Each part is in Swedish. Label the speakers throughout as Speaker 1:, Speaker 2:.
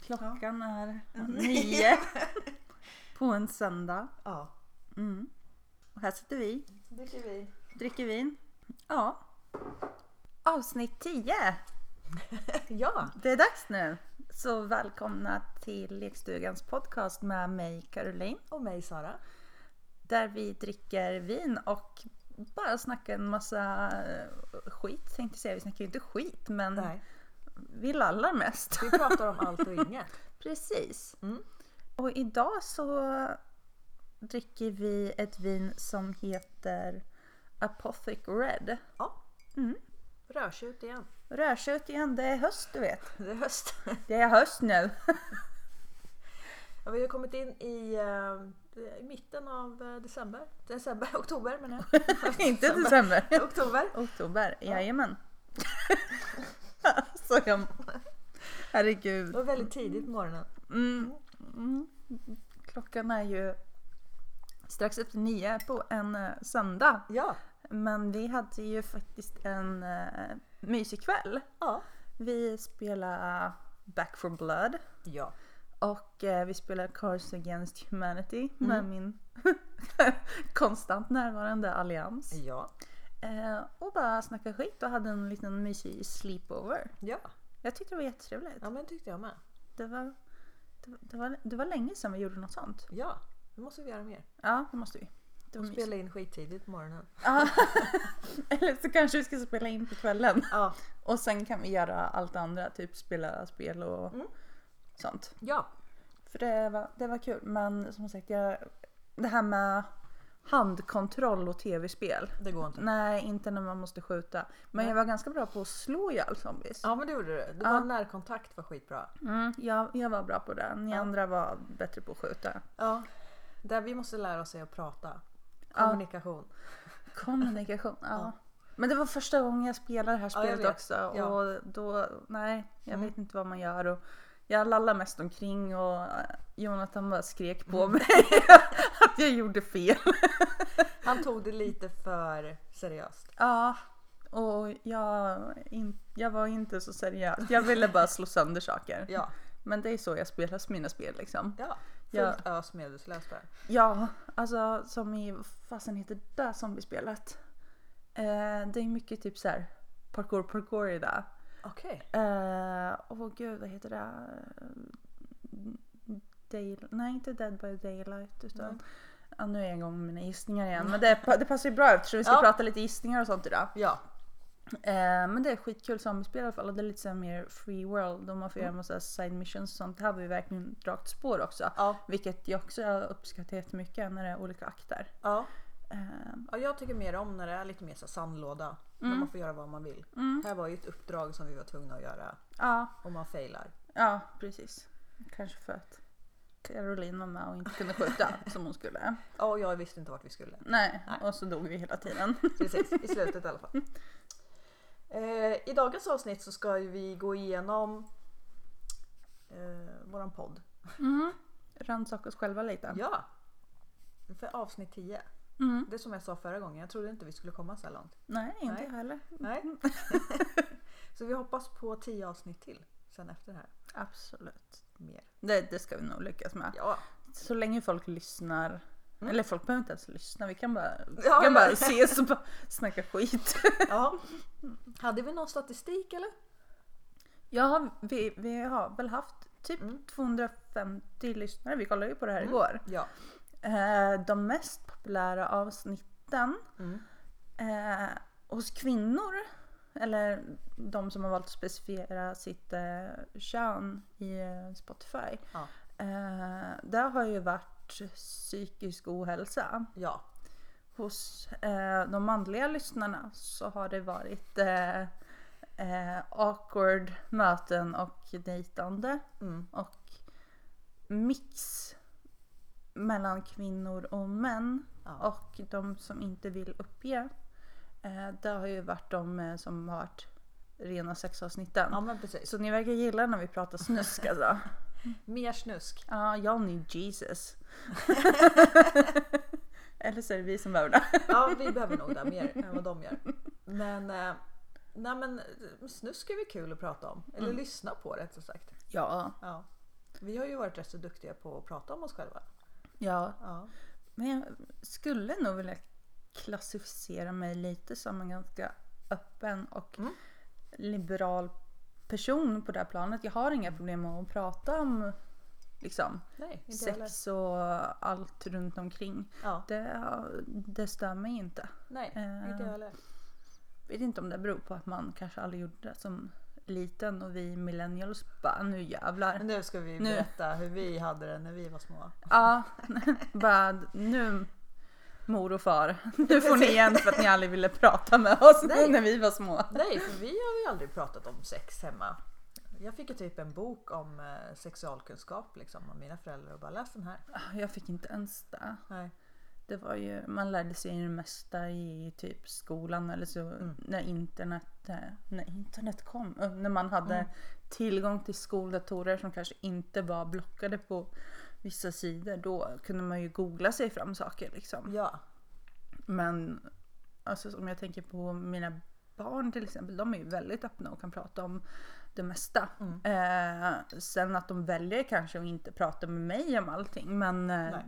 Speaker 1: Klockan är nio på en söndag.
Speaker 2: Ja.
Speaker 1: Mm. Och här sitter vi,
Speaker 2: dricker vi.
Speaker 1: dricker vin. Ja. Avsnitt 10!
Speaker 2: Ja.
Speaker 1: Det är dags nu. Så välkomna till Lekstugans podcast med mig Caroline.
Speaker 2: Och mig Sara.
Speaker 1: Där vi dricker vin och bara snackar en massa eh, skit tänkte jag säga. Vi snackar ju inte skit men
Speaker 2: Nej.
Speaker 1: vi lallar mest.
Speaker 2: Vi pratar om allt och inget.
Speaker 1: Precis.
Speaker 2: Mm.
Speaker 1: Och idag så dricker vi ett vin som heter Apothic Red.
Speaker 2: Ja.
Speaker 1: Mm.
Speaker 2: Rödtjut igen.
Speaker 1: Rödtjut igen, det är höst du vet.
Speaker 2: Det är höst.
Speaker 1: Det är höst nu.
Speaker 2: Ja, vi har kommit in i, eh, i mitten av eh, december. December, oktober menar jag.
Speaker 1: Inte december.
Speaker 2: oktober.
Speaker 1: Oktober, jajamän. så jag... Herregud.
Speaker 2: Det var väldigt tidigt på morgonen.
Speaker 1: Mm. Mm. Klockan är ju strax efter nio på en eh, söndag.
Speaker 2: Ja.
Speaker 1: Men vi hade ju faktiskt en uh, mysig kväll.
Speaker 2: Ja.
Speaker 1: Vi spelade Back for Blood
Speaker 2: Ja.
Speaker 1: och eh, vi spelade Cars Against Humanity med
Speaker 2: Mm.
Speaker 1: min konstant närvarande allians.
Speaker 2: Ja.
Speaker 1: Eh, och bara snackade skit och hade en liten mysig sleepover.
Speaker 2: Ja.
Speaker 1: Jag tyckte det var jättetrevligt.
Speaker 2: Ja men tyckte jag med.
Speaker 1: Det var, det, var- det, var, det var länge sedan vi gjorde något sånt.
Speaker 2: Ja. Nu måste vi göra mer.
Speaker 1: Ja, det måste vi. Det var
Speaker 2: Och
Speaker 1: mysigt.
Speaker 2: spela in skittidigt på morgonen.
Speaker 1: Ja. Eller så kanske vi ska spela in på kvällen.
Speaker 2: Ja.
Speaker 1: Och sen kan vi göra allt det andra, typ spela spel och
Speaker 2: Mm.
Speaker 1: sånt.
Speaker 2: Ja.
Speaker 1: För det var, det var kul, men som sagt, jag, det här med handkontroll och tv-spel.
Speaker 2: Det går inte.
Speaker 1: Nej, inte när man måste skjuta. Men jag var ganska bra på att slå ihjäl zombies.
Speaker 2: Ja men det gjorde du. Det var närkontakt var skitbra.
Speaker 1: Mm, jag, jag var bra på det. Ni andra var bättre på att skjuta.
Speaker 2: Ja. Där vi måste lära oss är att prata. Kommunikation.
Speaker 1: Kommunikation, ja. Men det var första gången jag spelade det här
Speaker 2: Ja, jag
Speaker 1: spelet
Speaker 2: vet.
Speaker 1: också.
Speaker 2: Ja. Mm.
Speaker 1: Och då, nej, jag vet inte vad man gör. Och jag lallade mest omkring och eh, Jonathan bara skrek
Speaker 2: Mm.
Speaker 1: på mig att jag gjorde fel.
Speaker 2: Han tog det lite för seriöst.
Speaker 1: Ja, och jag, in, jag var inte så seriös. Jag ville bara slå sönder saker.
Speaker 2: Ja,
Speaker 1: Men det är så jag spelar mina spel liksom.
Speaker 2: ja.
Speaker 1: Ja.
Speaker 2: Fullt ös medvetslös där.
Speaker 1: Ja, alltså som i, vad fasen heter det där zombiespelet? Eh, det är mycket typ så här parkour parkour i det.
Speaker 2: Okej.
Speaker 1: Eh, Åh gud, vad heter det? Day, nej, inte Dead by Daylight. Utan, ja, nu är jag igång med mina gissningar igen. Men det, det passar ju bra eftersom vi ska
Speaker 2: Ja.
Speaker 1: prata lite gissningar och sånt idag.
Speaker 2: Ja.
Speaker 1: Eh, men det är skitkul zombiespel i alla fall. Och det är lite så här mer free world. Och man får göra massa side missions och sånt. Det här var ju verkligen rakt spår också.
Speaker 2: Ja.
Speaker 1: Vilket jag också uppskattar jättemycket när det är olika akter.
Speaker 2: Ja.
Speaker 1: Eh,
Speaker 2: ja, jag tycker mer om när det är lite mer så här sandlåda. När man får göra vad man vill. Här var ju ett uppdrag som vi var tvungna att göra
Speaker 1: ja,
Speaker 2: och man failar.
Speaker 1: ja, precis. Kanske för att Caroline var med och inte kunde skjuta som hon skulle.
Speaker 2: Ja, och jag visste inte vart vi skulle.
Speaker 1: Nej, och så dog vi hela tiden.
Speaker 2: Precis, i slutet i alla fall. Eh, I dagens avsnitt så ska ju vi gå igenom eh, våran podd.
Speaker 1: Rannsaka oss själva lite.
Speaker 2: Ja! För avsnitt 10.
Speaker 1: Mm.
Speaker 2: Det som jag sa förra gången, jag trodde inte vi skulle komma så här långt.
Speaker 1: Nej, inte
Speaker 2: Nej.
Speaker 1: jag heller.
Speaker 2: Nej. så vi hoppas på tio avsnitt till sen efter det här.
Speaker 1: Absolut.
Speaker 2: Mer.
Speaker 1: Det, det ska vi nog lyckas med.
Speaker 2: Ja.
Speaker 1: Så länge folk lyssnar. Eller folk behöver inte ens lyssna. Vi kan bara, vi
Speaker 2: Ja,
Speaker 1: kan bara
Speaker 2: ja.
Speaker 1: ses och bara snacka skit.
Speaker 2: ja. Hade vi någon statistik eller?
Speaker 1: Ja, vi, vi har väl haft typ 250 lyssnare. Vi kollade ju på det här igår.
Speaker 2: Ja.
Speaker 1: Eh, de mest populära avsnitten
Speaker 2: Mm.
Speaker 1: eh, hos kvinnor, eller de som har valt att specificera sitt eh, kön i eh, Spotify.
Speaker 2: Ja.
Speaker 1: Eh, där har ju varit psykisk ohälsa.
Speaker 2: Ja.
Speaker 1: Hos eh, de manliga lyssnarna så har det varit eh, eh, awkward möten och dejtande
Speaker 2: Mm.
Speaker 1: och mix mellan kvinnor och män
Speaker 2: Ja.
Speaker 1: och de som inte vill uppge. Eh, det har ju varit de eh, som har varit rena sexavsnitten.
Speaker 2: ja men precis.
Speaker 1: Så ni verkar gilla när vi pratar snusk alltså.
Speaker 2: Mer snusk.
Speaker 1: Ja, jag ni Jesus. Eller så är det vi som behöver det.
Speaker 2: Ja vi behöver nog det mer än vad de gör. Men, eh, Mm. nej men snusk är väl kul att prata om. Eller lyssna på rättare sagt.
Speaker 1: Ja,
Speaker 2: Ja. Vi har ju varit rätt så duktiga på att prata om oss själva.
Speaker 1: Ja,
Speaker 2: Ja.
Speaker 1: men jag skulle nog vilja klassificera mig lite som en ganska öppen och
Speaker 2: Mm.
Speaker 1: liberal person på det här planet. Jag har inga problem med att prata om liksom,
Speaker 2: Nej, inte heller.
Speaker 1: sex och allt runt omkring.
Speaker 2: Ja.
Speaker 1: Det, det stör mig inte.
Speaker 2: Nej,
Speaker 1: Eh.
Speaker 2: inte jag heller.
Speaker 1: vet inte om det beror på att man kanske aldrig gjorde det som liten och vi millennials bara nu jävlar.
Speaker 2: Nu ska vi
Speaker 1: Nu.
Speaker 2: berätta hur vi hade det när vi var små.
Speaker 1: Ja, bara nu mor och far, nu får ni igen för att ni aldrig ville prata med oss
Speaker 2: Nej.
Speaker 1: när vi var små.
Speaker 2: Nej, för vi har ju aldrig pratat om sex hemma. Jag fick ju typ en bok om eh, sexualkunskap liksom av mina föräldrar och bara läs den här.
Speaker 1: Ah, Jag fick inte ens det.
Speaker 2: Nej.
Speaker 1: det var ju, man lärde sig ju det mesta i typ skolan eller så när, internet, eh, när internet kom. eh, När man hade tillgång till skoldatorer som kanske inte var blockade på vissa sidor. Då kunde man ju googla sig fram saker liksom.
Speaker 2: Ja,
Speaker 1: Men alltså, om jag tänker på mina barn till exempel, de är ju väldigt öppna och kan prata om det mesta.
Speaker 2: Mm.
Speaker 1: Eh, sen att de väljer kanske att inte prata med mig om allting men eh,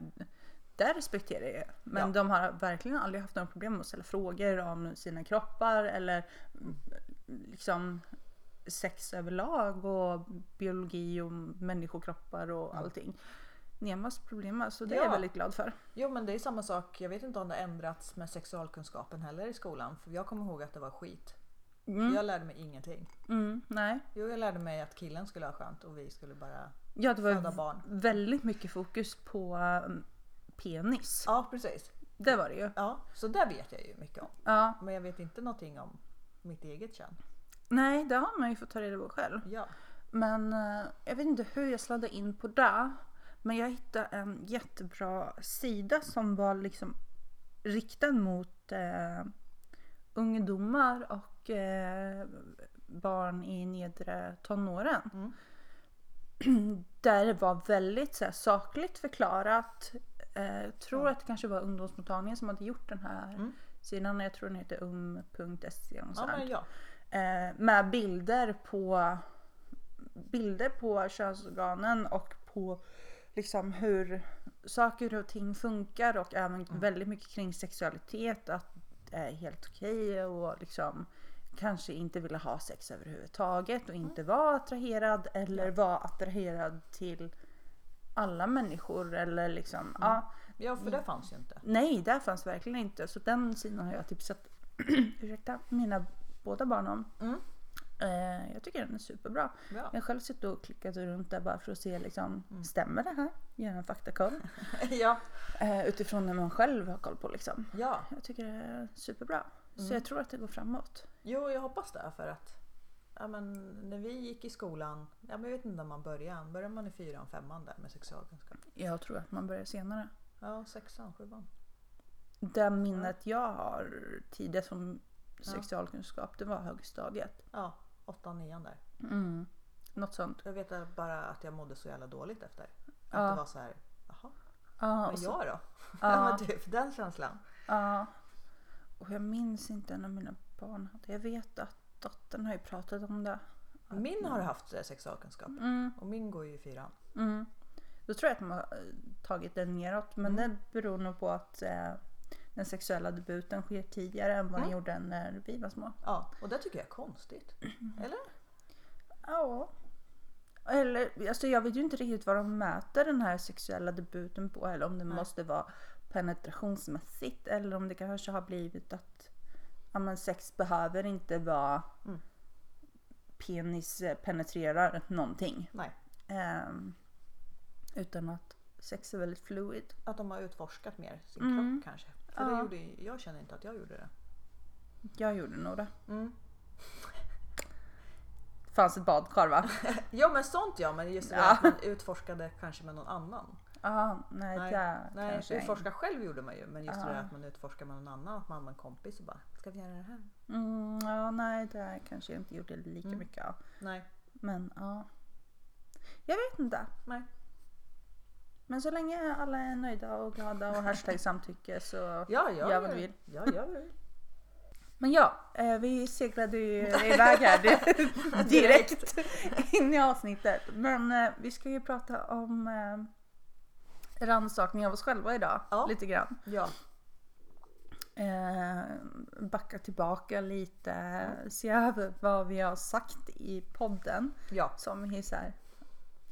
Speaker 1: där respekterar jag det. Men
Speaker 2: Ja.
Speaker 1: de har verkligen aldrig haft några problem med att ställa frågor om sina kroppar eller mm, liksom sex överlag och biologi och människokroppar och allting. Nemas problem alltså, det är jag
Speaker 2: Ja.
Speaker 1: väldigt glad för.
Speaker 2: Jo men det är samma sak, jag vet inte om det har ändrats med sexualkunskapen heller i skolan. För jag kommer ihåg att det var skit.
Speaker 1: Mm.
Speaker 2: Jag lärde mig ingenting.
Speaker 1: Mm, nej.
Speaker 2: Jo jag lärde mig att killen skulle ha skönt och vi skulle bara
Speaker 1: Ja, det
Speaker 2: föda
Speaker 1: var
Speaker 2: barn.
Speaker 1: väldigt mycket fokus på um, penis.
Speaker 2: Ja precis.
Speaker 1: Det var det ju.
Speaker 2: Ja, så där vet jag ju mycket om.
Speaker 1: Ja.
Speaker 2: Men jag vet inte någonting om mitt eget kön.
Speaker 1: Nej, det har man ju fått ta reda på själv.
Speaker 2: Ja.
Speaker 1: Men eh, jag vet inte hur jag sladdade in på det. Men jag hittade en jättebra sida som var liksom riktad mot eh, ungdomar och eh, barn i nedre tonåren. Där det var väldigt så här, sakligt förklarat. Eh, jag tror att det kanske var ungdomsmottagningen som hade gjort den här sidan. Jag tror den heter um um.se. och
Speaker 2: Mm. Ja,
Speaker 1: sånt.
Speaker 2: men ja.
Speaker 1: Eh, med bilder på bilder på könsorganen och på liksom hur saker och ting funkar och även väldigt mycket kring sexualitet. Att det är helt okej och liksom kanske inte ville ha sex överhuvudtaget och inte vara attraherad eller vara attraherad till alla människor eller liksom ja.
Speaker 2: ja, för
Speaker 1: Mm.
Speaker 2: det fanns ju inte.
Speaker 1: Nej, där fanns verkligen inte. Så den sidan har jag tipsat ursäkta, mina båda barn om.
Speaker 2: Mm.
Speaker 1: Eh, jag tycker den är superbra.
Speaker 2: Ja.
Speaker 1: Jag har själv suttit och klickat runt där bara för att se liksom, stämmer det här? Gör en faktakoll.
Speaker 2: ja.
Speaker 1: Eh, utifrån när man själv har koll på liksom.
Speaker 2: ja.
Speaker 1: Jag tycker det är superbra. Så jag tror att det går framåt.
Speaker 2: Jo, jag hoppas det. För att ja, men, när vi gick i skolan, ja, men jag vet inte när man började. Började man i fyran, femman där med sexualkunskap?
Speaker 1: Jag tror att man börjar senare.
Speaker 2: Ja, sexan, sjuan.
Speaker 1: Det minnet jag har tidigt som sexualkunskap, det var högstadiet.
Speaker 2: Ja, åttan, nian där.
Speaker 1: Mm. Något sånt.
Speaker 2: Jag vet bara att jag mådde så jävla dåligt efter. Att
Speaker 1: Ja.
Speaker 2: det var så här, jaha,
Speaker 1: Ja, och
Speaker 2: vad
Speaker 1: så-
Speaker 2: jag då? Ja.
Speaker 1: Ja.
Speaker 2: men typ den känslan.
Speaker 1: Ja. Och jag minns inte när mina barn hade. Jag vet att dottern har ju pratat om det.
Speaker 2: Min har haft eh, sexualkunskap
Speaker 1: Mm.
Speaker 2: och min går ju i fyran.
Speaker 1: Mm. Då tror jag att de har eh, tagit den neråt. Men det beror nog på att eh, den sexuella debuten sker tidigare än vad den gjorde när vi var små.
Speaker 2: Ja, och det tycker jag är konstigt.
Speaker 1: Mm.
Speaker 2: Eller?
Speaker 1: Ja. Eller, alltså jag vet ju inte riktigt vad de mäter den här sexuella debuten på. Eller om det måste vara penetrationsmässigt. Eller om det kanske har blivit att ja, men sex behöver inte vara penis eh, penetrerar någonting.
Speaker 2: Nej,
Speaker 1: Ehm, utan att sex är väldigt fluid.
Speaker 2: att de har utforskat mer sin kropp kanske. För det gjorde, ju- jag känner inte att jag gjorde det.
Speaker 1: Jag gjorde nog det.
Speaker 2: Mm.
Speaker 1: Fanns ett badkar va?
Speaker 2: Ja men sånt ja, men just det där att man utforskade kanske med någon annan.
Speaker 1: Ja, nej,
Speaker 2: Nej,
Speaker 1: det
Speaker 2: Nej
Speaker 1: kanske jag inte.
Speaker 2: utforska själv gjorde man ju men just det där att man utforskar med någon annan, att man har en kompis och bara “ska vi göra det här?”
Speaker 1: Mm, ja, nej, det kanske jag inte gjorde lika
Speaker 2: Mm.
Speaker 1: mycket av.
Speaker 2: Nej,
Speaker 1: Men ja. Jag vet inte.
Speaker 2: nej.
Speaker 1: Men så länge alla är nöjda och glada och hashtag samtycke så
Speaker 2: Ja, jag
Speaker 1: gör vad du vill.
Speaker 2: Ja, jag vill.
Speaker 1: Men ja, eh, vi seglade ju iväg här direkt, direkt in i avsnittet. Men eh, vi ska ju prata om eh, rannsakning av oss själva idag.
Speaker 2: Ja.
Speaker 1: Lite grann.
Speaker 2: Ja.
Speaker 1: Eh, backa tillbaka lite, se över vad vi har sagt i podden.
Speaker 2: ja.
Speaker 1: Som vi så här,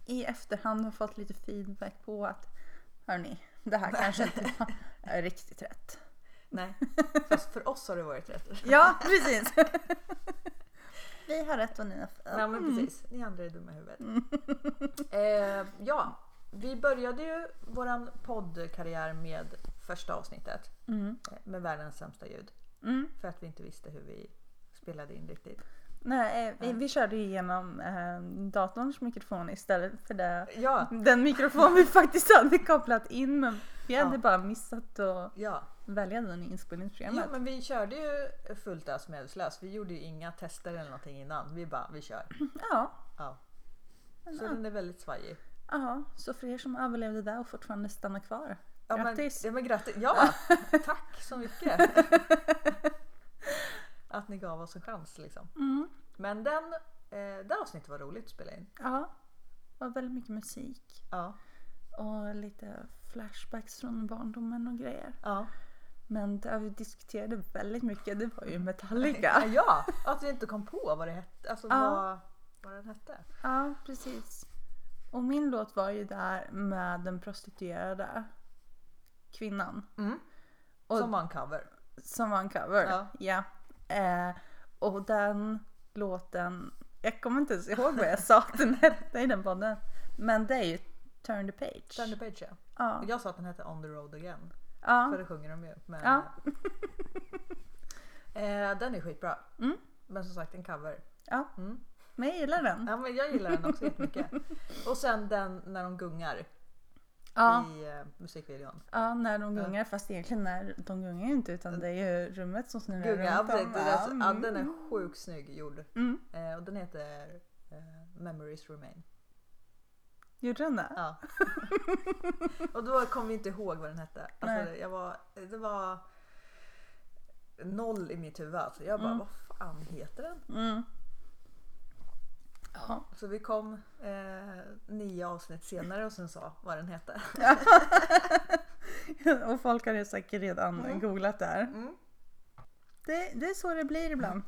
Speaker 1: i efterhand har fått lite feedback på att hörni, det här kanske inte var riktigt rätt.
Speaker 2: Nej. Fast för oss har det varit rätt.
Speaker 1: Ja, precis. vi har rätt och ni har fel.
Speaker 2: Nej men precis, ni andra är dumma i huvudet. Eh, ja, vi började ju våran poddkarriär med första avsnittet.
Speaker 1: Mm.
Speaker 2: eh, Med världens sämsta ljud.
Speaker 1: Mm.
Speaker 2: För att vi inte visste hur vi spelade in riktigt.
Speaker 1: Nej, eh, vi, vi körde ju igenom eh, datorns mikrofon istället för det,
Speaker 2: Ja,
Speaker 1: den mikrofon vi faktiskt hade kopplat in. Men vi hade
Speaker 2: Ja.
Speaker 1: bara missat att
Speaker 2: ja.
Speaker 1: välja den i
Speaker 2: Jo
Speaker 1: inspelningsprogrammet.
Speaker 2: men vi körde ju fullt ös medelslös. Vi gjorde ju inga tester eller någonting innan. Vi bara, vi kör.
Speaker 1: Ja.
Speaker 2: Ja.
Speaker 1: Mm.
Speaker 2: Så den är väldigt svajig.
Speaker 1: Ja, så för er som överlevde där och fortfarande stannar kvar.
Speaker 2: Ja,
Speaker 1: Grattis!
Speaker 2: Men, ja, men grattis! Ja! Tack så mycket! att ni gav oss en chans liksom.
Speaker 1: Mm.
Speaker 2: Men den, eh, det avsnittet var roligt att spela in.
Speaker 1: Ja, det var väldigt mycket musik
Speaker 2: Ja.
Speaker 1: och lite flashbacks från barndomen och grejer.
Speaker 2: Ja.
Speaker 1: Men det vi diskuterade väldigt mycket, det var ju
Speaker 2: ja.
Speaker 1: Metallica.
Speaker 2: Att vi inte kom på vad det hette. Alltså
Speaker 1: Ah. Ja.
Speaker 2: vad, vad den hette.
Speaker 1: Ja, precis. Och min låt var ju där med den prostituerade kvinnan Och-
Speaker 2: Som var en cover.
Speaker 1: som var en cover.
Speaker 2: Ja.
Speaker 1: Eh, och den låten, jag kommer inte ens ihåg vad jag sa att den hette i den podden. Men det är ju Turn the page.
Speaker 2: Turn the page ja.
Speaker 1: Ja.
Speaker 2: Jag sa att den hette On the road again. För
Speaker 1: Ja.
Speaker 2: det sjunger de ju. Men,
Speaker 1: Ja.
Speaker 2: eh, den är skitbra.
Speaker 1: Mm.
Speaker 2: Men som sagt en cover.
Speaker 1: ja.
Speaker 2: Mm.
Speaker 1: Men jag gillar den.
Speaker 2: Ja, men jag gillar den också jättemycket. Och sen den när de gungar
Speaker 1: Ja.
Speaker 2: i eh, musikvideon.
Speaker 1: ja, när de gungar. Fast egentligen när de gungar ju inte utan det är ju rummet som snurrar
Speaker 2: Gunga, ja,
Speaker 1: runt dem.
Speaker 2: precis. Alltså, ja,
Speaker 1: Mm.
Speaker 2: den är sjukt snygg gjord.
Speaker 1: Mm.
Speaker 2: Eh, och den heter eh, Memories Remain.
Speaker 1: Gjorde den det?
Speaker 2: Ja. och då kom vi inte ihåg vad den hette. Alltså, jag var, det var noll i mitt huvud. Alltså, jag bara, vad fan heter den?
Speaker 1: Mm. Ja.
Speaker 2: Så vi kom eh, nio avsnitt senare och sen sa vad den hette.
Speaker 1: Och folk har ju säkert redan googlat där.
Speaker 2: Mm.
Speaker 1: Det, det är så det blir ibland.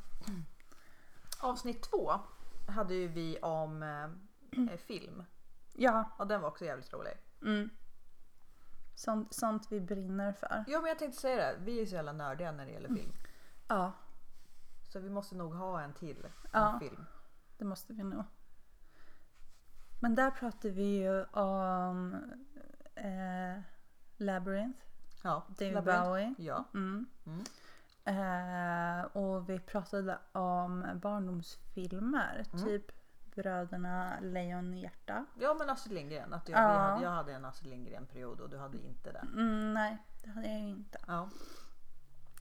Speaker 2: Avsnitt två hade ju vi om eh, film.
Speaker 1: Ja.
Speaker 2: Och den var också jävligt rolig.
Speaker 1: Mm. Sånt, sånt vi brinner för.
Speaker 2: Ja men jag tänkte säga det, vi är så jävla nördiga när det gäller film.
Speaker 1: Ja.
Speaker 2: Så vi måste nog ha en till om
Speaker 1: Ja.
Speaker 2: film.
Speaker 1: Det måste vi nog. Men där pratade vi ju om eh, Labyrinth,
Speaker 2: Ja.
Speaker 1: David
Speaker 2: Labyrinth.
Speaker 1: Bowie.
Speaker 2: Ja.
Speaker 1: Mm.
Speaker 2: Mm.
Speaker 1: Eh, och vi pratade om barndomsfilmer,
Speaker 2: Mm.
Speaker 1: typ Bröderna Lejonhjärta.
Speaker 2: ja men Astrid Lindgren. Att jag,
Speaker 1: Ja.
Speaker 2: vi hade, jag hade en Astrid Lindgren-period och du hade inte det.
Speaker 1: Mm, nej, det hade jag ju inte.
Speaker 2: Ja.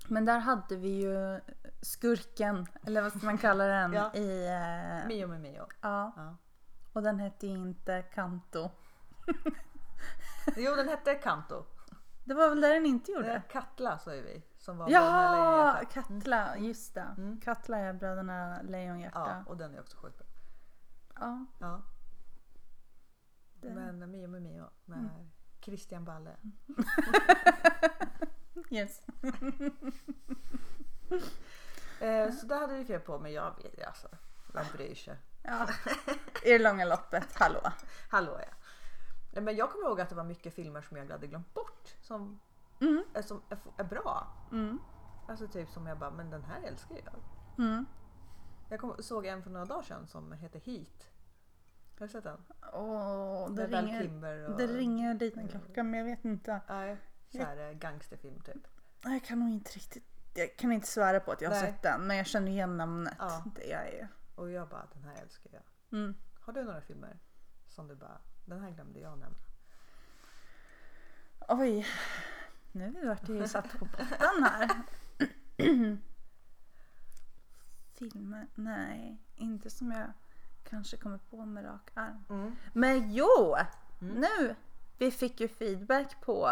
Speaker 1: Men där hade vi ju skurken, eller vad ska man kalla den?
Speaker 2: Ja.
Speaker 1: i, eh,
Speaker 2: Mio med Mio.
Speaker 1: ja.
Speaker 2: Ja.
Speaker 1: Och den hette ju inte Kanto.
Speaker 2: Jo den hette Kanto.
Speaker 1: Det var väl där den inte gjorde?
Speaker 2: Eh, Katla sa ju vi. Som var Bröderna
Speaker 1: Ja,
Speaker 2: Lejonhjärta.
Speaker 1: Katla, just det.
Speaker 2: Mm.
Speaker 1: Katla är bröderna Lejonhjärta.
Speaker 2: Ja och den är också sjukt bra.
Speaker 1: Ja.
Speaker 2: Ja.
Speaker 1: Det-
Speaker 2: Men Mio med Mio med
Speaker 1: Mm.
Speaker 2: Christian Balle.
Speaker 1: Yes. Mm.
Speaker 2: Eh, så det hade vi fel på men jag vet alltså. Man bryr sig.
Speaker 1: Ja. I det långa loppet, hallå.
Speaker 2: Hallå ja. Nej, men jag kommer ihåg att det var mycket filmer som jag hade glömt bort som,
Speaker 1: Mm.
Speaker 2: eh, som är, är bra.
Speaker 1: Mm.
Speaker 2: Alltså typ som jag bara, men den här älskar jag.
Speaker 1: Mm.
Speaker 2: Jag kom, såg en för några dagar sedan som heter Heat. Har du sett den?
Speaker 1: Åh, det,
Speaker 2: Med Val
Speaker 1: ringer,
Speaker 2: Kimmer och...
Speaker 1: det ringer dit en klocka men jag vet inte.
Speaker 2: Nej, så här, eh, gangsterfilm typ.
Speaker 1: Nej, Jag kan nog inte riktigt. Jag kan inte svära på att jag har
Speaker 2: Nej.
Speaker 1: sett den men jag känner igen namnet.
Speaker 2: Ja.
Speaker 1: Det är ju.
Speaker 2: Och jag bara, den här älskar jag.
Speaker 1: Mm.
Speaker 2: Har du några filmer som du bara, den här glömde jag nämna?
Speaker 1: Oj. Nu vart det ju satt på botten här. Filmer? Nej, inte som jag kanske kommer på med rak
Speaker 2: Mm.
Speaker 1: arm. Men jo! Nu! Vi fick ju feedback på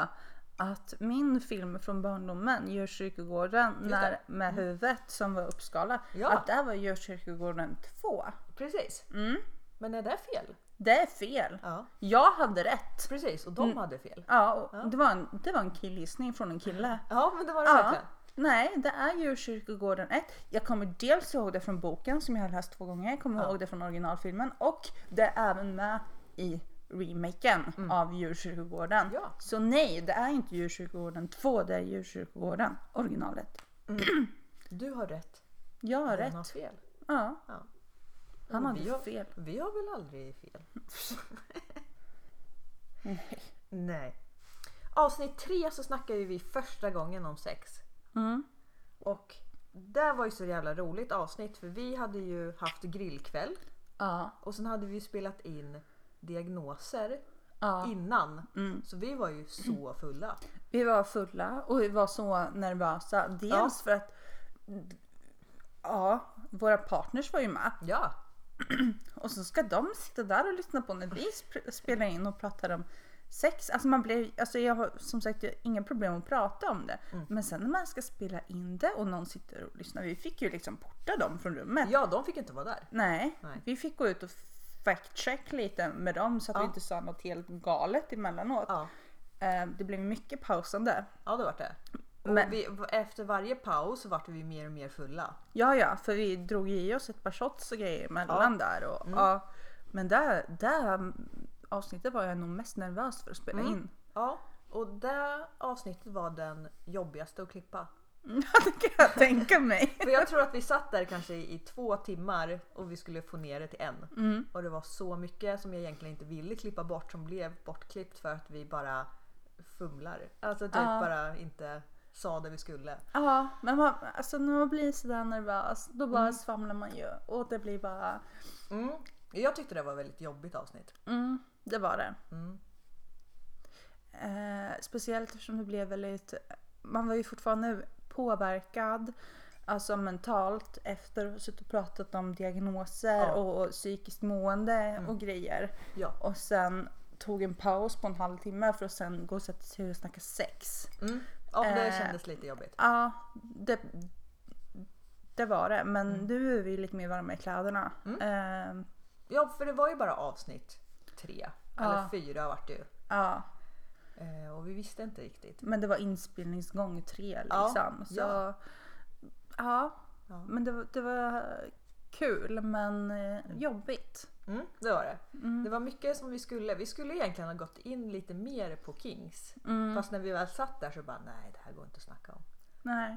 Speaker 1: att min film från barndomen, Djurkyrkogården när, med huvudet som var uppskalat,
Speaker 2: Mm. Ja.
Speaker 1: att det här var Djurkyrkogården 2.
Speaker 2: Precis.
Speaker 1: Mm.
Speaker 2: Men är det fel?
Speaker 1: Det är fel.
Speaker 2: Ja. Mm.
Speaker 1: Jag hade rätt.
Speaker 2: Precis, och de hade fel.
Speaker 1: Ja, och Det, var en, det var en killgissning från en kille.
Speaker 2: Ja, men det var det
Speaker 1: Ja.
Speaker 2: verkligen.
Speaker 1: Nej, det är Djurkyrkogården 1. Jag kommer dels ihåg det från boken som jag har läst två gånger. Jag kommer
Speaker 2: Ja.
Speaker 1: ihåg det från originalfilmen och det är även med i remaken av Djurkyrkogården.
Speaker 2: Ja.
Speaker 1: Så nej, det är inte Djurkyrkogården 2, det är Djurkyrkogården, originalet.
Speaker 2: Du har rätt.
Speaker 1: Jag har
Speaker 2: den
Speaker 1: rätt.
Speaker 2: har fel.
Speaker 1: Ja.
Speaker 2: Ja.
Speaker 1: Han
Speaker 2: Och
Speaker 1: hade
Speaker 2: vi har,
Speaker 1: fel.
Speaker 2: Vi har väl aldrig fel?
Speaker 1: Nej.
Speaker 2: Nej. Avsnitt tre så snackade ju vi första gången om sex.
Speaker 1: Mm.
Speaker 2: Och det var ju så jävla roligt avsnitt för vi hade ju haft grillkväll
Speaker 1: Ja.
Speaker 2: och sen hade vi ju spelat in diagnoser
Speaker 1: ja.
Speaker 2: innan. Så vi var ju så fulla.
Speaker 1: Vi var fulla och vi var så nervösa. Dels
Speaker 2: Ja.
Speaker 1: för att ja, våra partners var ju med.
Speaker 2: Ja,
Speaker 1: Och så ska de sitta där och lyssna på när vi sp- spelar in och pratar om sex. Alltså man blev, alltså jag har som sagt jag har inga problem att prata om det.
Speaker 2: Mm.
Speaker 1: Men sen när man ska spela in det och någon sitter och lyssnar. Vi fick ju liksom porta dem från rummet.
Speaker 2: ja de fick inte vara där.
Speaker 1: Nej,
Speaker 2: Nej.
Speaker 1: vi fick gå ut och fact-check lite med dem så att vi
Speaker 2: Ja.
Speaker 1: inte sa något helt galet emellanåt.
Speaker 2: Ja,
Speaker 1: Eh, Det blev mycket pausande.
Speaker 2: ja det var det. Och
Speaker 1: Men-
Speaker 2: vi, efter varje paus så vart vi mer och mer fulla.
Speaker 1: Ja, ja, för vi drog i oss ett par shots och grejer emellan där. Och,
Speaker 2: Mm.
Speaker 1: ja. Men där, där avsnittet var jag nog mest nervös för att spela
Speaker 2: Mm.
Speaker 1: in.
Speaker 2: Ja, och det avsnittet var den jobbigaste att klippa.
Speaker 1: Ja, det kan jag tänka mig.
Speaker 2: För jag tror att vi satt där kanske i två timmar och vi skulle få ner det till en.
Speaker 1: Mm.
Speaker 2: Och det var så mycket som jag egentligen inte ville klippa bort som blev bortklippt för att vi bara fumlar. Alltså typ
Speaker 1: Ja.
Speaker 2: bara inte sa det vi skulle.
Speaker 1: Ja, men man, alltså, när man blir sådär nervös då bara svamlar man ju. Och det blir bara...
Speaker 2: Mm. Jag tyckte det var ett väldigt jobbigt avsnitt.
Speaker 1: Mm, det var det.
Speaker 2: Mm.
Speaker 1: Eh, speciellt eftersom det blev väldigt... Man var ju fortfarande påverkad. Alltså mentalt efter att ha suttit och pratat om diagnoser
Speaker 2: Ja. Mm.
Speaker 1: och, och psykiskt mående och grejer.
Speaker 2: Ja.
Speaker 1: Och sen tog en paus på en halvtimme för att sen gå och sätta sig och snacka sex.
Speaker 2: Mm. Ja, men det
Speaker 1: Eh.
Speaker 2: kändes lite jobbigt.
Speaker 1: Ja, det, det var det. Men
Speaker 2: Mm.
Speaker 1: nu är vi lite mer varma i kläderna. Eh,
Speaker 2: Ja, för det var ju bara avsnitt tre. Eller
Speaker 1: Ja.
Speaker 2: fyra vart det ju.
Speaker 1: ja,
Speaker 2: Eh, Och vi visste inte riktigt.
Speaker 1: men det var inspelningsgång tre
Speaker 2: Ja,
Speaker 1: liksom. Så, ja.
Speaker 2: ja. Ja.
Speaker 1: men det, var- det var kul men eh, jobbigt.
Speaker 2: Mm, det var det. Det var mycket som vi skulle. Vi skulle egentligen ha gått in lite mer på Kings. Fast när vi väl satt där så bara nej det här går inte att snacka om.
Speaker 1: Nej.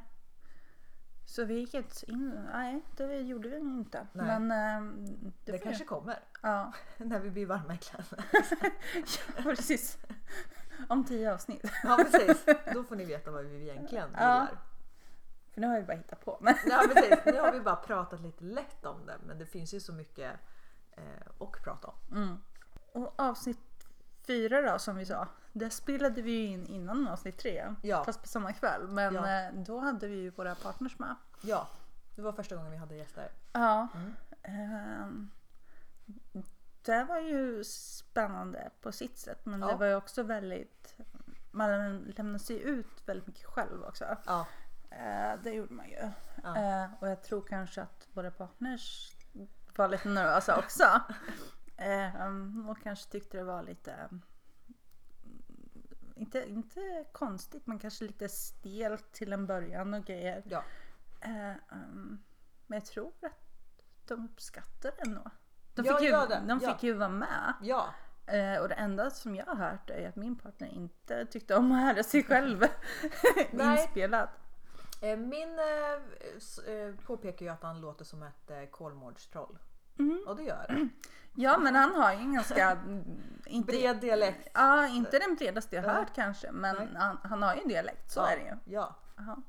Speaker 1: Så vi gick inte in, nej det gjorde vi inte.
Speaker 2: Nej.
Speaker 1: Men eh,
Speaker 2: Det,
Speaker 1: det, var
Speaker 2: kanske kommer
Speaker 1: Ja,
Speaker 2: när vi blir varma i kläderna.
Speaker 1: ja, precis. Om tio avsnitt.
Speaker 2: Ja precis, då får ni veta vad vi egentligen
Speaker 1: Ja.
Speaker 2: gillar.
Speaker 1: För nu har vi bara hittat på.
Speaker 2: Ja precis, nu har vi bara pratat lite lätt om det men det finns ju så mycket eh, att prata om.
Speaker 1: Och avsnitt fyra då som vi sa. Det spelade vi ju in innan avsnitt tre.
Speaker 2: Ja.
Speaker 1: Fast på samma kväll. Men
Speaker 2: Ja.
Speaker 1: eh, då hade vi ju våra partners med.
Speaker 2: Ja, det var första gången vi hade gäster.
Speaker 1: Ja.
Speaker 2: Mm.
Speaker 1: Ehm, det var ju spännande på sitt sätt. Men det
Speaker 2: Ja.
Speaker 1: var ju också väldigt... Man lämnade sig ut väldigt mycket själv också.
Speaker 2: Ja,
Speaker 1: Eh, det gjorde man ju.
Speaker 2: Ja.
Speaker 1: Eh, och jag tror kanske att våra partners var lite nervösa också. Ehm, och kanske tyckte det var lite... mm, Inte, inte konstigt men kanske lite stelt till en början och grejer.
Speaker 2: ja.
Speaker 1: Eh, ehm, men jag tror att de uppskattade det ändå. De
Speaker 2: Ja,
Speaker 1: fick, ju,
Speaker 2: ja, det-
Speaker 1: de
Speaker 2: ja.
Speaker 1: fick ju vara med.
Speaker 2: ja.
Speaker 1: Eh, och det enda som jag har hört är att min partner inte tyckte om att höra sig själv
Speaker 2: Nej.
Speaker 1: inspelat.
Speaker 2: Eh, Min eh, s- eh, påpekar ju att han låter som ett eh, kolmårdstroll. Och det gör det.
Speaker 1: Ja men han har ju en ganska... Inte,
Speaker 2: Bred dialekt.
Speaker 1: Ja, inte den bredaste jag
Speaker 2: Nej.
Speaker 1: hört kanske men han, han har ju en dialekt, så
Speaker 2: ja.
Speaker 1: är det ju.
Speaker 2: Ja.
Speaker 1: Jaha.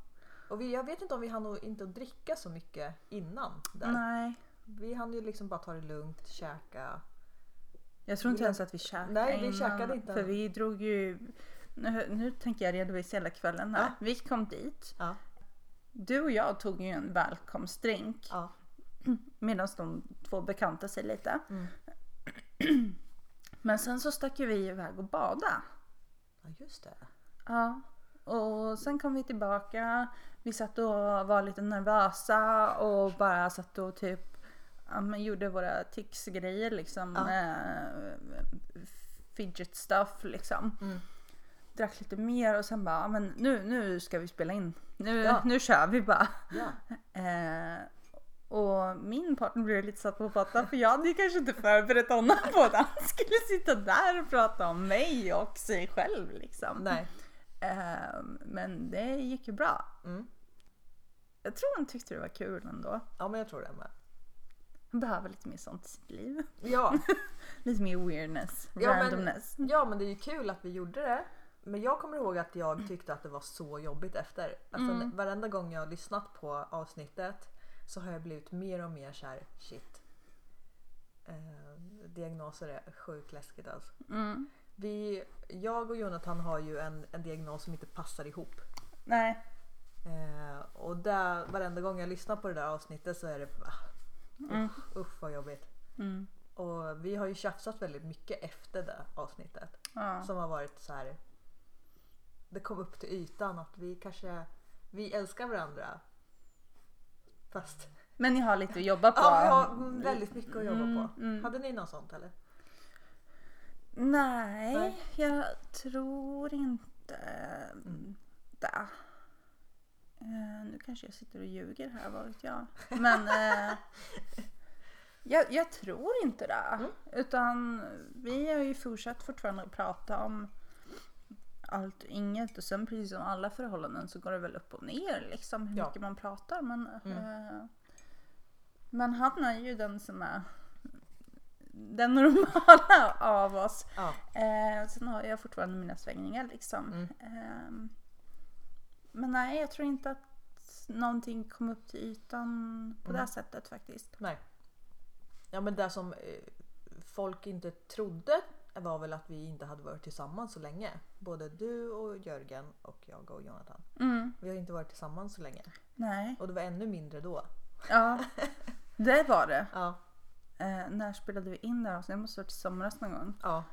Speaker 2: Och vi, jag vet inte om vi hann att inte att dricka så mycket innan. Där.
Speaker 1: Nej,
Speaker 2: Vi hann ju liksom bara ta det lugnt, käka.
Speaker 1: jag tror inte
Speaker 2: Vi-
Speaker 1: ens att vi käkade
Speaker 2: Nej, vi
Speaker 1: innan,
Speaker 2: käkade inte.
Speaker 1: För vi drog ju... Nu, nu tänker jag redovisa hela kvällen här.
Speaker 2: Ja.
Speaker 1: Vi kom dit.
Speaker 2: Ja.
Speaker 1: Du och jag tog ju en välkomstdrink
Speaker 2: Ja.
Speaker 1: medan de två bekantade sig lite.
Speaker 2: Mm.
Speaker 1: Men sen så stack ju vi iväg och bada.
Speaker 2: ja, just det.
Speaker 1: Ja. Och sen kom vi tillbaka. Vi satt och var lite nervösa och bara satt och typ ja, men gjorde våra tics-grejer liksom.
Speaker 2: Ja.
Speaker 1: Eh, fidget stuff liksom.
Speaker 2: Mm.
Speaker 1: Drack lite mer och sen bara, ja, men nu, nu ska vi spela in. Nu,
Speaker 2: Ja.
Speaker 1: nu kör vi bara.
Speaker 2: Ja.
Speaker 1: Eh, och min partner blev lite satt på fatta för jag hade ju kanske inte förberett honom på att han skulle sitta där och prata om mig och sig själv liksom.
Speaker 2: Nej.
Speaker 1: Eh, men det gick ju bra.
Speaker 2: Mm.
Speaker 1: Jag tror han tyckte det var kul ändå.
Speaker 2: Ja men jag tror det med.
Speaker 1: Han behöver lite mer sånt i sitt liv.
Speaker 2: Ja.
Speaker 1: Lite mer weirdness,
Speaker 2: Ja, men-
Speaker 1: randomness.
Speaker 2: ja men det är ju kul att vi gjorde det. Men jag kommer ihåg att jag tyckte att det var så jobbigt efter. Alltså
Speaker 1: Mm.
Speaker 2: varenda gång jag har lyssnat på avsnittet så har jag blivit mer och mer såhär shit. Eh, diagnoser är sjukt läskigt alltså.
Speaker 1: Mm.
Speaker 2: Vi, jag och Jonathan har ju en, en diagnos som inte passar ihop.
Speaker 1: Nej,
Speaker 2: Eh, och där, varenda gång jag lyssnar på det där avsnittet så är det ah, usch, usch vad jobbigt.
Speaker 1: Mm.
Speaker 2: Och vi har ju tjafsat väldigt mycket efter det avsnittet.
Speaker 1: Ja.
Speaker 2: Som har varit så här. Det kom upp till ytan att vi kanske, vi älskar varandra. Fast,
Speaker 1: men ni har lite att jobba på.
Speaker 2: ja vi har mm, väldigt mycket att jobba på.
Speaker 1: mm.
Speaker 2: Hade ni något sånt eller?
Speaker 1: Nej,
Speaker 2: Nej.
Speaker 1: jag tror inte det. Eh, nu kanske jag sitter och ljuger här, vad vet jag. Men eh, jag, jag tror inte det. Utan vi har ju fortsatt fortfarande att prata om allt och inget och sen precis som alla förhållanden så går det väl upp och ner liksom hur
Speaker 2: Ja.
Speaker 1: mycket man pratar. Men, eh, men han är ju den som är den normala av oss.
Speaker 2: Ja.
Speaker 1: Eh, sen har jag fortfarande mina svängningar liksom.
Speaker 2: Mm.
Speaker 1: Ehm, men nej, jag tror inte att någonting kom upp till ytan på det sättet faktiskt.
Speaker 2: Nej. Ja men det som eh, folk inte trodde var väl att vi inte hade varit tillsammans så länge. Både du och Jörgen och jag och Jonathan.
Speaker 1: Mm,
Speaker 2: Vi har inte varit tillsammans så länge.
Speaker 1: nej,
Speaker 2: Och det var ännu mindre då.
Speaker 1: ja. Det var det.
Speaker 2: Ja.
Speaker 1: Eh, när spelade vi in det här avsnittet? Det måste ha varit i somras någon gång.
Speaker 2: ja.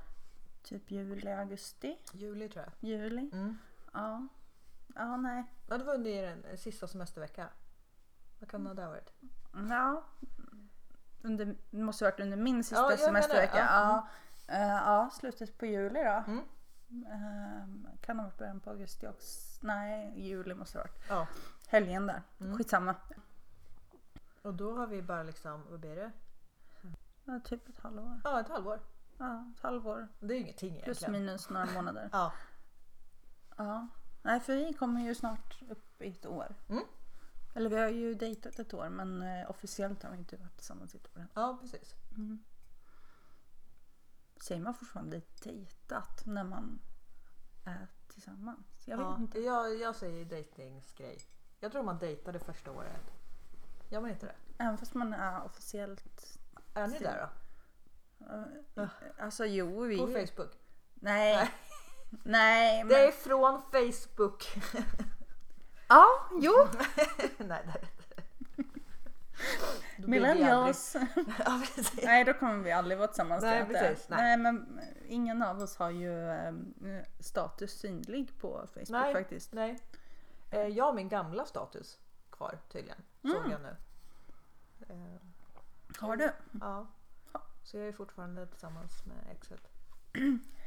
Speaker 1: Typ juli, augusti,
Speaker 2: Juli tror jag.
Speaker 1: juli.
Speaker 2: Mm.
Speaker 1: Ja. Ja, nej.
Speaker 2: Ja, det var under er eh, sista semestervecka. Vad kan det ha varit?
Speaker 1: Ja. Under, det måste ha varit under min sista
Speaker 2: Ja, jag
Speaker 1: semestervecka.
Speaker 2: menar det. Ja.
Speaker 1: Ja. Eh, ja, slutet på juli då.
Speaker 2: Mm.
Speaker 1: Ehm, kan ha varit början på augusti också. Nej, juli måste det ha varit.
Speaker 2: Ja.
Speaker 1: Helgen där.
Speaker 2: Mm.
Speaker 1: Skitsamma.
Speaker 2: Och då har vi bara liksom, vad blir det?
Speaker 1: Ja, typ ett halvår.
Speaker 2: Ja, ett halvår.
Speaker 1: Ja, ett halvår.
Speaker 2: Det är ju ingenting egentligen.
Speaker 1: Plus minus några månader.
Speaker 2: Ja.
Speaker 1: Ja. Nej, för vi kommer ju snart upp i ett år.
Speaker 2: Mm.
Speaker 1: Eller vi har ju dejtat ett år men eh, officiellt har vi inte varit tillsammans i ett år än.
Speaker 2: ja, precis.
Speaker 1: Säger man fortfarande dejtat när man är tillsammans? Jag vet
Speaker 2: Ja.
Speaker 1: inte.
Speaker 2: Jag, jag säger dejtingsgrej. Jag tror man dejtar det första året. Gör man inte det?
Speaker 1: Även fast man är officiellt...
Speaker 2: Är ni där då?
Speaker 1: Alltså jo, vi...
Speaker 2: På Facebook?
Speaker 1: Nej.
Speaker 2: Ah. Nej.
Speaker 1: Nej, men...
Speaker 2: Det är från Facebook!
Speaker 1: Ja, jo.
Speaker 2: Nej, det är det inte.
Speaker 1: Millennials.
Speaker 2: Ja, precis.
Speaker 1: Nej, då kommer vi aldrig vara tillsammans.
Speaker 2: Nej,
Speaker 1: tror jag inte.
Speaker 2: precis,
Speaker 1: nej,
Speaker 2: nej.
Speaker 1: men ingen av oss har ju eh, status synlig på Facebook
Speaker 2: Nej.
Speaker 1: faktiskt.
Speaker 2: Nej. Eh, Jag har min gamla status kvar tydligen.
Speaker 1: Mm.
Speaker 2: Såg jag nu. Eh,
Speaker 1: Har du?
Speaker 2: Ja. Så jag är fortfarande tillsammans med exet.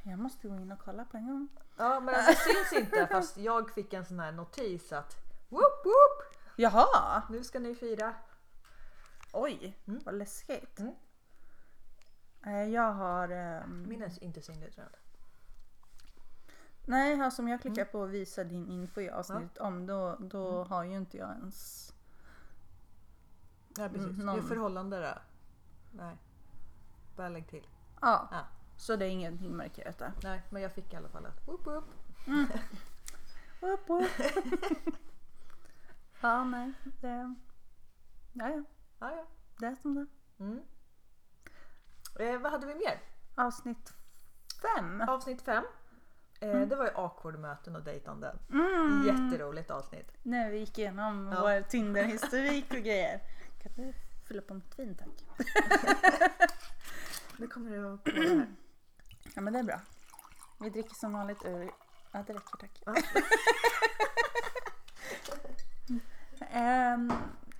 Speaker 1: Jag måste gå in och kolla på en gång.
Speaker 2: Ja men alltså, det syns inte fast jag fick en sån här notis att whoop, whoop,
Speaker 1: Jaha!
Speaker 2: nu ska ni fira.
Speaker 1: Oj, vad läskigt.
Speaker 2: Mm.
Speaker 1: Nej, Jag har... eh,
Speaker 2: Min är inte synlig tror jag.
Speaker 1: Nej, här som jag
Speaker 2: Mm.
Speaker 1: klickar på visa din info i avsnittet om då, då har ju inte jag ens...
Speaker 2: Nej precis.
Speaker 1: Mm, någon.
Speaker 2: Det är förhållande där. Nej. Bara lägg till.
Speaker 1: Ja.
Speaker 2: Ja.
Speaker 1: Så det är ingenting markerat där.
Speaker 2: Nej men jag fick i alla fall att whoop, whoop.
Speaker 1: Upp, upp. ja, nej. Det... Ja, ja.
Speaker 2: Ja, ja.
Speaker 1: Det är som det
Speaker 2: Mm. Eh, vad hade vi mer?
Speaker 1: Avsnitt fem.
Speaker 2: Avsnitt fem. Eh, Det var ju awkward möten och dejtande.
Speaker 1: Mm.
Speaker 2: Jätteroligt avsnitt.
Speaker 1: När vi gick igenom
Speaker 2: Ja.
Speaker 1: vår Tinder-historik och grejer. Kan du fylla på mitt vin tack?
Speaker 2: Nu kommer du på det här.
Speaker 1: Ja men det är bra. Vi dricker som vanligt ur Ja, det räcker tack.
Speaker 2: Ja.
Speaker 1: Ehm,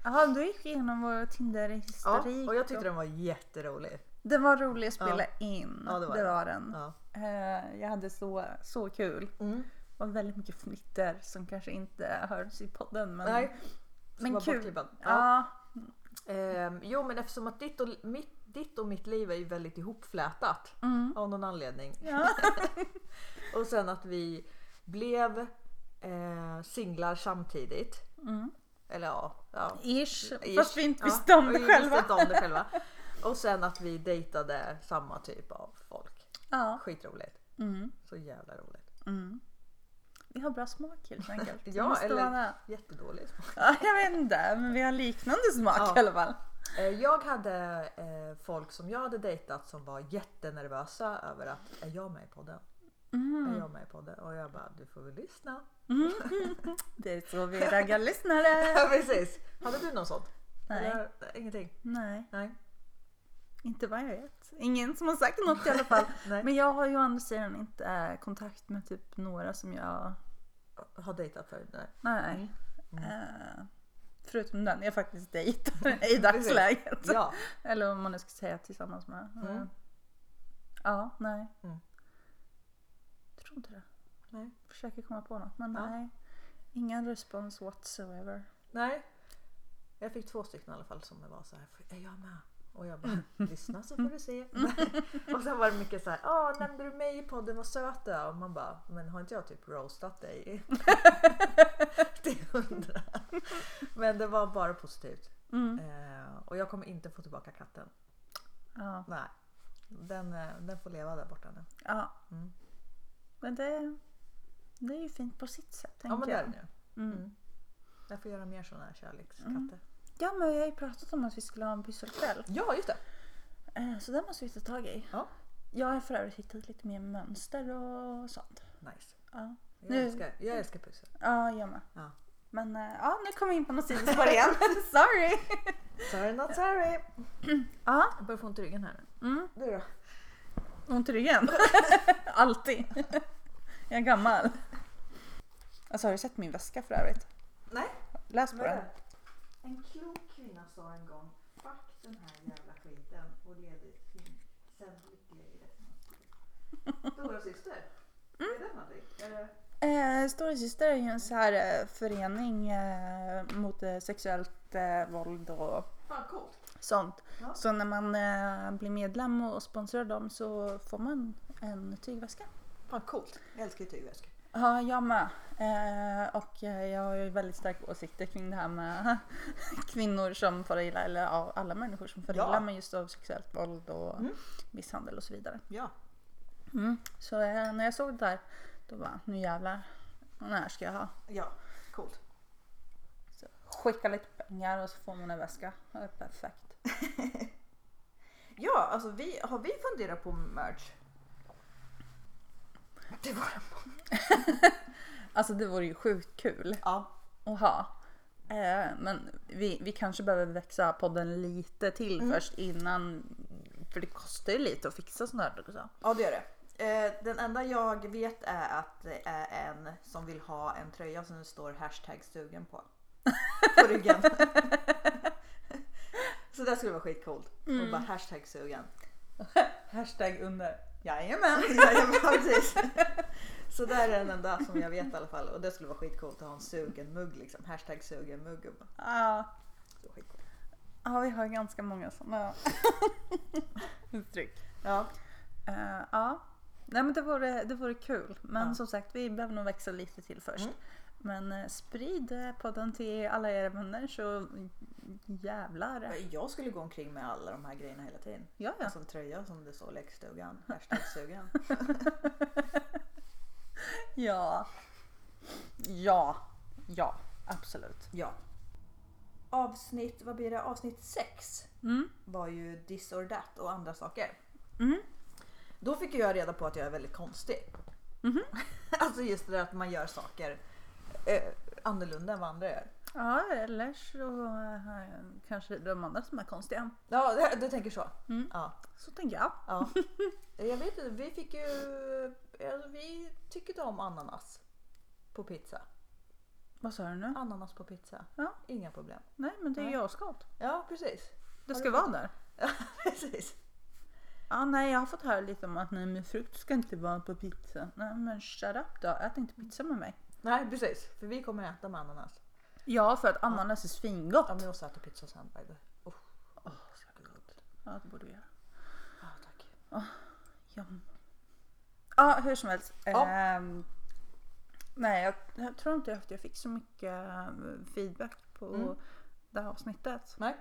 Speaker 1: Ja, du gick igenom vår
Speaker 2: Ja,
Speaker 1: Tinder-historik.
Speaker 2: och jag tyckte den var jätterolig.
Speaker 1: Det var roligt att spela in.
Speaker 2: Ja, det var det.
Speaker 1: den.
Speaker 2: Ja.
Speaker 1: Eh, Jag hade så, så kul.
Speaker 2: Mm.
Speaker 1: Det var väldigt mycket fnitter som kanske inte hörs i podden. Men,
Speaker 2: Nej. som
Speaker 1: men
Speaker 2: var
Speaker 1: kul.
Speaker 2: bortklippad. Ja.
Speaker 1: Ja.
Speaker 2: Ehm, jo men eftersom att ditt och, mitt, ditt och mitt liv är ju väldigt ihopflätat
Speaker 1: Mm.
Speaker 2: av någon anledning.
Speaker 1: Ja.
Speaker 2: Och sen att vi blev eh, singlar samtidigt.
Speaker 1: Mm.
Speaker 2: Eller ja. ja.
Speaker 1: Ish.
Speaker 2: Ish.
Speaker 1: Fast vi inte
Speaker 2: Ja,
Speaker 1: visste om
Speaker 2: och
Speaker 1: det
Speaker 2: vi
Speaker 1: själva.
Speaker 2: Visste inte om det själva. Och sen att vi dejtade samma typ av folk.
Speaker 1: Ja.
Speaker 2: Skitroligt.
Speaker 1: Mm.
Speaker 2: Så jävla roligt.
Speaker 1: Mm. Vi har bra smak helt enkelt. Det
Speaker 2: Ja,
Speaker 1: måste
Speaker 2: eller
Speaker 1: vara-
Speaker 2: jättedåligt.
Speaker 1: ja, jag vet inte. Men vi har liknande smak
Speaker 2: Ja.
Speaker 1: i alla fall.
Speaker 2: Eh, Jag hade eh, folk som jag hade dejtat som var jättenervösa över att är jag med i podden?
Speaker 1: Mm.
Speaker 2: Är jag med i podden? Och jag bara du får väl lyssna.
Speaker 1: Mm. Det är så vi raggar lyssnare.
Speaker 2: Ja precis. Hade du någon sån?
Speaker 1: Nej.
Speaker 2: Eller, ingenting?
Speaker 1: Nej,
Speaker 2: Nej.
Speaker 1: inte vad jag vet. Ingen som har sagt något i alla fall.
Speaker 2: Nej.
Speaker 1: Men jag har ju å andra sidan inte eh, kontakt med typ några som jag...
Speaker 2: Har dejtat förut? Nej.
Speaker 1: Nej.
Speaker 2: Mm.
Speaker 1: Eh, förutom den jag faktiskt dejtar i dagsläget.
Speaker 2: Ja.
Speaker 1: Eller om man nu ska säga tillsammans med. Eh,
Speaker 2: Mm.
Speaker 1: Ja, nej.
Speaker 2: Mm.
Speaker 1: Jag tror inte det.
Speaker 2: Nej.
Speaker 1: Försöker komma på något men
Speaker 2: Ja.
Speaker 1: nej. Ingen respons whatsoever.
Speaker 2: Nej. Jag fick två stycken i alla fall som var så här, är jag med? Och jag bara, lyssna så får du se. och sen var det mycket så här, ja nämnde du mig i podden, vad söt du är. Och man bara, men har inte jag typ roastat dig? Till hundra. Men det var bara positivt.
Speaker 1: Mm.
Speaker 2: Eh, och jag kommer inte få tillbaka katten.
Speaker 1: Ja.
Speaker 2: Nej. Den, eh, den får leva där borta nu.
Speaker 1: ja.
Speaker 2: Mm.
Speaker 1: Men det, det är ju fint på sitt sätt.
Speaker 2: Ja men
Speaker 1: tänker
Speaker 2: det är
Speaker 1: jag.
Speaker 2: den ju.
Speaker 1: Mm.
Speaker 2: Mm. Jag får göra mer sådana här kärlekskatter.
Speaker 1: Ja men vi har ju pratat om att vi skulle ha en pysselkväll.
Speaker 2: Mm. Ja just det.
Speaker 1: Eh, Så den måste vi ta tag i.
Speaker 2: Ja.
Speaker 1: Jag har för övrigt hittat lite mer mönster och sånt.
Speaker 2: Nice.
Speaker 1: Ja,
Speaker 2: Jag
Speaker 1: Nu-
Speaker 2: älskar, jag älskar pussel.
Speaker 1: ja jag med.
Speaker 2: Ja.
Speaker 1: Men eh, ja, nu kom vi in på något sidospår igen. Sorry!
Speaker 2: Sorry not sorry.
Speaker 1: Ja,
Speaker 2: Jag börjar få ont i ryggen här nu.
Speaker 1: Mm.
Speaker 2: Du då?
Speaker 1: ont i ryggen. Alltid. Jag är gammal. Alltså har du sett min väska för övrigt?
Speaker 2: Nej.
Speaker 1: Läs på den.
Speaker 2: En klok kvinna sa en gång Fuck den här jävla skiten och levde sin sen lycklig i resten av Stora syster? Är det någonting?
Speaker 1: Eh, Storasyster är ju en så här eh, förening eh, mot eh, sexuellt eh, våld och
Speaker 2: Fan coolt.
Speaker 1: sånt.
Speaker 2: Ja.
Speaker 1: Så när man eh, blir medlem och sponsrar dem så får man en tygväska.
Speaker 2: Fan coolt. Jag älskar ju tygväskor.
Speaker 1: Ja, jag med. Eh, och eh, jag har ju väldigt starka åsikter kring det här med kvinnor som far illa, eller ja, alla människor som far
Speaker 2: Ja.
Speaker 1: illa med just av sexuellt våld och
Speaker 2: Mm.
Speaker 1: misshandel och så vidare.
Speaker 2: Ja.
Speaker 1: Mm. Så eh, när jag såg det där, då bara nu jävlar, den här ska jag ha.
Speaker 2: Ja. Coolt.
Speaker 1: Så skicka lite pengar och så får man en väska. Det är perfekt.
Speaker 2: Ja, alltså vi, har vi funderat på merch? Det var
Speaker 1: Alltså det vore ju sjukt kul
Speaker 2: Ja.
Speaker 1: att ha. Eh, men vi, vi kanske behöver växa podden lite till först innan. För det kostar ju lite att fixa sånt här också.
Speaker 2: Ja det gör det. Eh, Den enda jag vet är att det är en som vill ha en tröja som det står hashtag sugen på. På ryggen. Så det skulle vara skitcoolt. Och bara hashtag sugen.
Speaker 1: Mm. Hashtag under. Jajamän.
Speaker 2: Jajamän, precis. Så där är den enda som jag vet i alla fall. Och det skulle vara skitcoolt att ha en sugen mugg liksom. Hashtag sugen mugg. och bara,
Speaker 1: Ja,
Speaker 2: så skitcoolt.
Speaker 1: ja, vi har ganska många sådana uttryck.
Speaker 2: Ja.
Speaker 1: Eh, ja, Nej, men det vore, det vore kul. Men
Speaker 2: Ja.
Speaker 1: som sagt, vi behöver nog växa lite till först.
Speaker 2: Mm.
Speaker 1: Men eh, sprid eh, podden till alla era vänner så jävlar.
Speaker 2: Jag skulle gå omkring med alla de här grejerna hela tiden.
Speaker 1: Ja, ja.
Speaker 2: Alltså en tröja som det står lekstugan. Hashtag sugen.
Speaker 1: Ja. Ja. Ja, absolut.
Speaker 2: Ja. Avsnitt, vad blir det? Avsnitt 6
Speaker 1: Mm.
Speaker 2: var ju this or that och andra saker.
Speaker 1: Mm.
Speaker 2: Då fick jag reda på att jag är väldigt konstig.
Speaker 1: Mhm.
Speaker 2: alltså just det där att man gör saker eh, annorlunda än vad andra gör.
Speaker 1: Ja, eller så eh, kanske de andra som är konstiga.
Speaker 2: Ja, du- du tänker så?
Speaker 1: Mm.
Speaker 2: Ja,
Speaker 1: Så tänker jag.
Speaker 2: ja. Jag vet inte, vi fick ju alltså, vi tycker inte om ananas på pizza.
Speaker 1: Vad sa du nu?
Speaker 2: Ananas på pizza.
Speaker 1: Ja.
Speaker 2: Inga problem.
Speaker 1: Nej men det är
Speaker 2: Nej.
Speaker 1: ju avskalat.
Speaker 2: Ja, precis.
Speaker 1: Det
Speaker 2: Har
Speaker 1: ska
Speaker 2: du
Speaker 1: vara
Speaker 2: fått-
Speaker 1: där.
Speaker 2: Ja, precis.
Speaker 1: Ja, nej, jag har fått höra lite om att nej, men frukt ska inte vara på pizza. Nej, men shut up då. Ät inte pizza med mig.
Speaker 2: Nej, precis. För vi kommer äta med ananas.
Speaker 1: Ja, för att ananas är svingott.
Speaker 2: Ja, men vi måste äta pizza sen. by the way. Oh, så gott.
Speaker 1: Ja, det borde vi göra.
Speaker 2: Ja, tack.
Speaker 1: Ja, ja hur som helst.
Speaker 2: Ja.
Speaker 1: Ehm, nej, jag, jag tror inte att jag fick så mycket eh, feedback på
Speaker 2: Mm.
Speaker 1: det här avsnittet.
Speaker 2: Nej.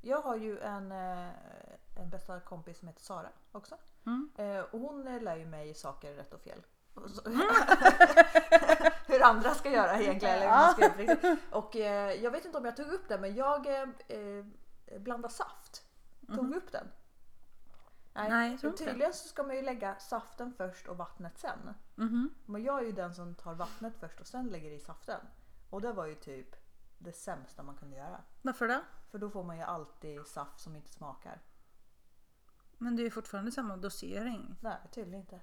Speaker 2: Jag har ju en, eh, en bästa kompis som heter Sara också.
Speaker 1: Mm.
Speaker 2: Eh, Och hon eh, lär ju mig saker rätt och fel. Och så-
Speaker 1: Mm.
Speaker 2: hur andra ska göra egentligen. Eller hur man ska göra på riktigt. och eh, jag vet inte om jag tog upp det men jag eh, eh, blandade saft. Tog vi upp den?
Speaker 1: Mm-hmm. Nej, jag tror inte.
Speaker 2: Tydligen så ska man ju lägga saften först och vattnet sen.
Speaker 1: Mhm.
Speaker 2: Men jag är ju den som tar vattnet först och sen lägger i saften. Och det var ju typ det sämsta man kunde göra.
Speaker 1: Varför det?
Speaker 2: För då får man ju alltid saft som inte smakar.
Speaker 1: Men det är ju fortfarande samma dosering.
Speaker 2: Nej, tydligen inte.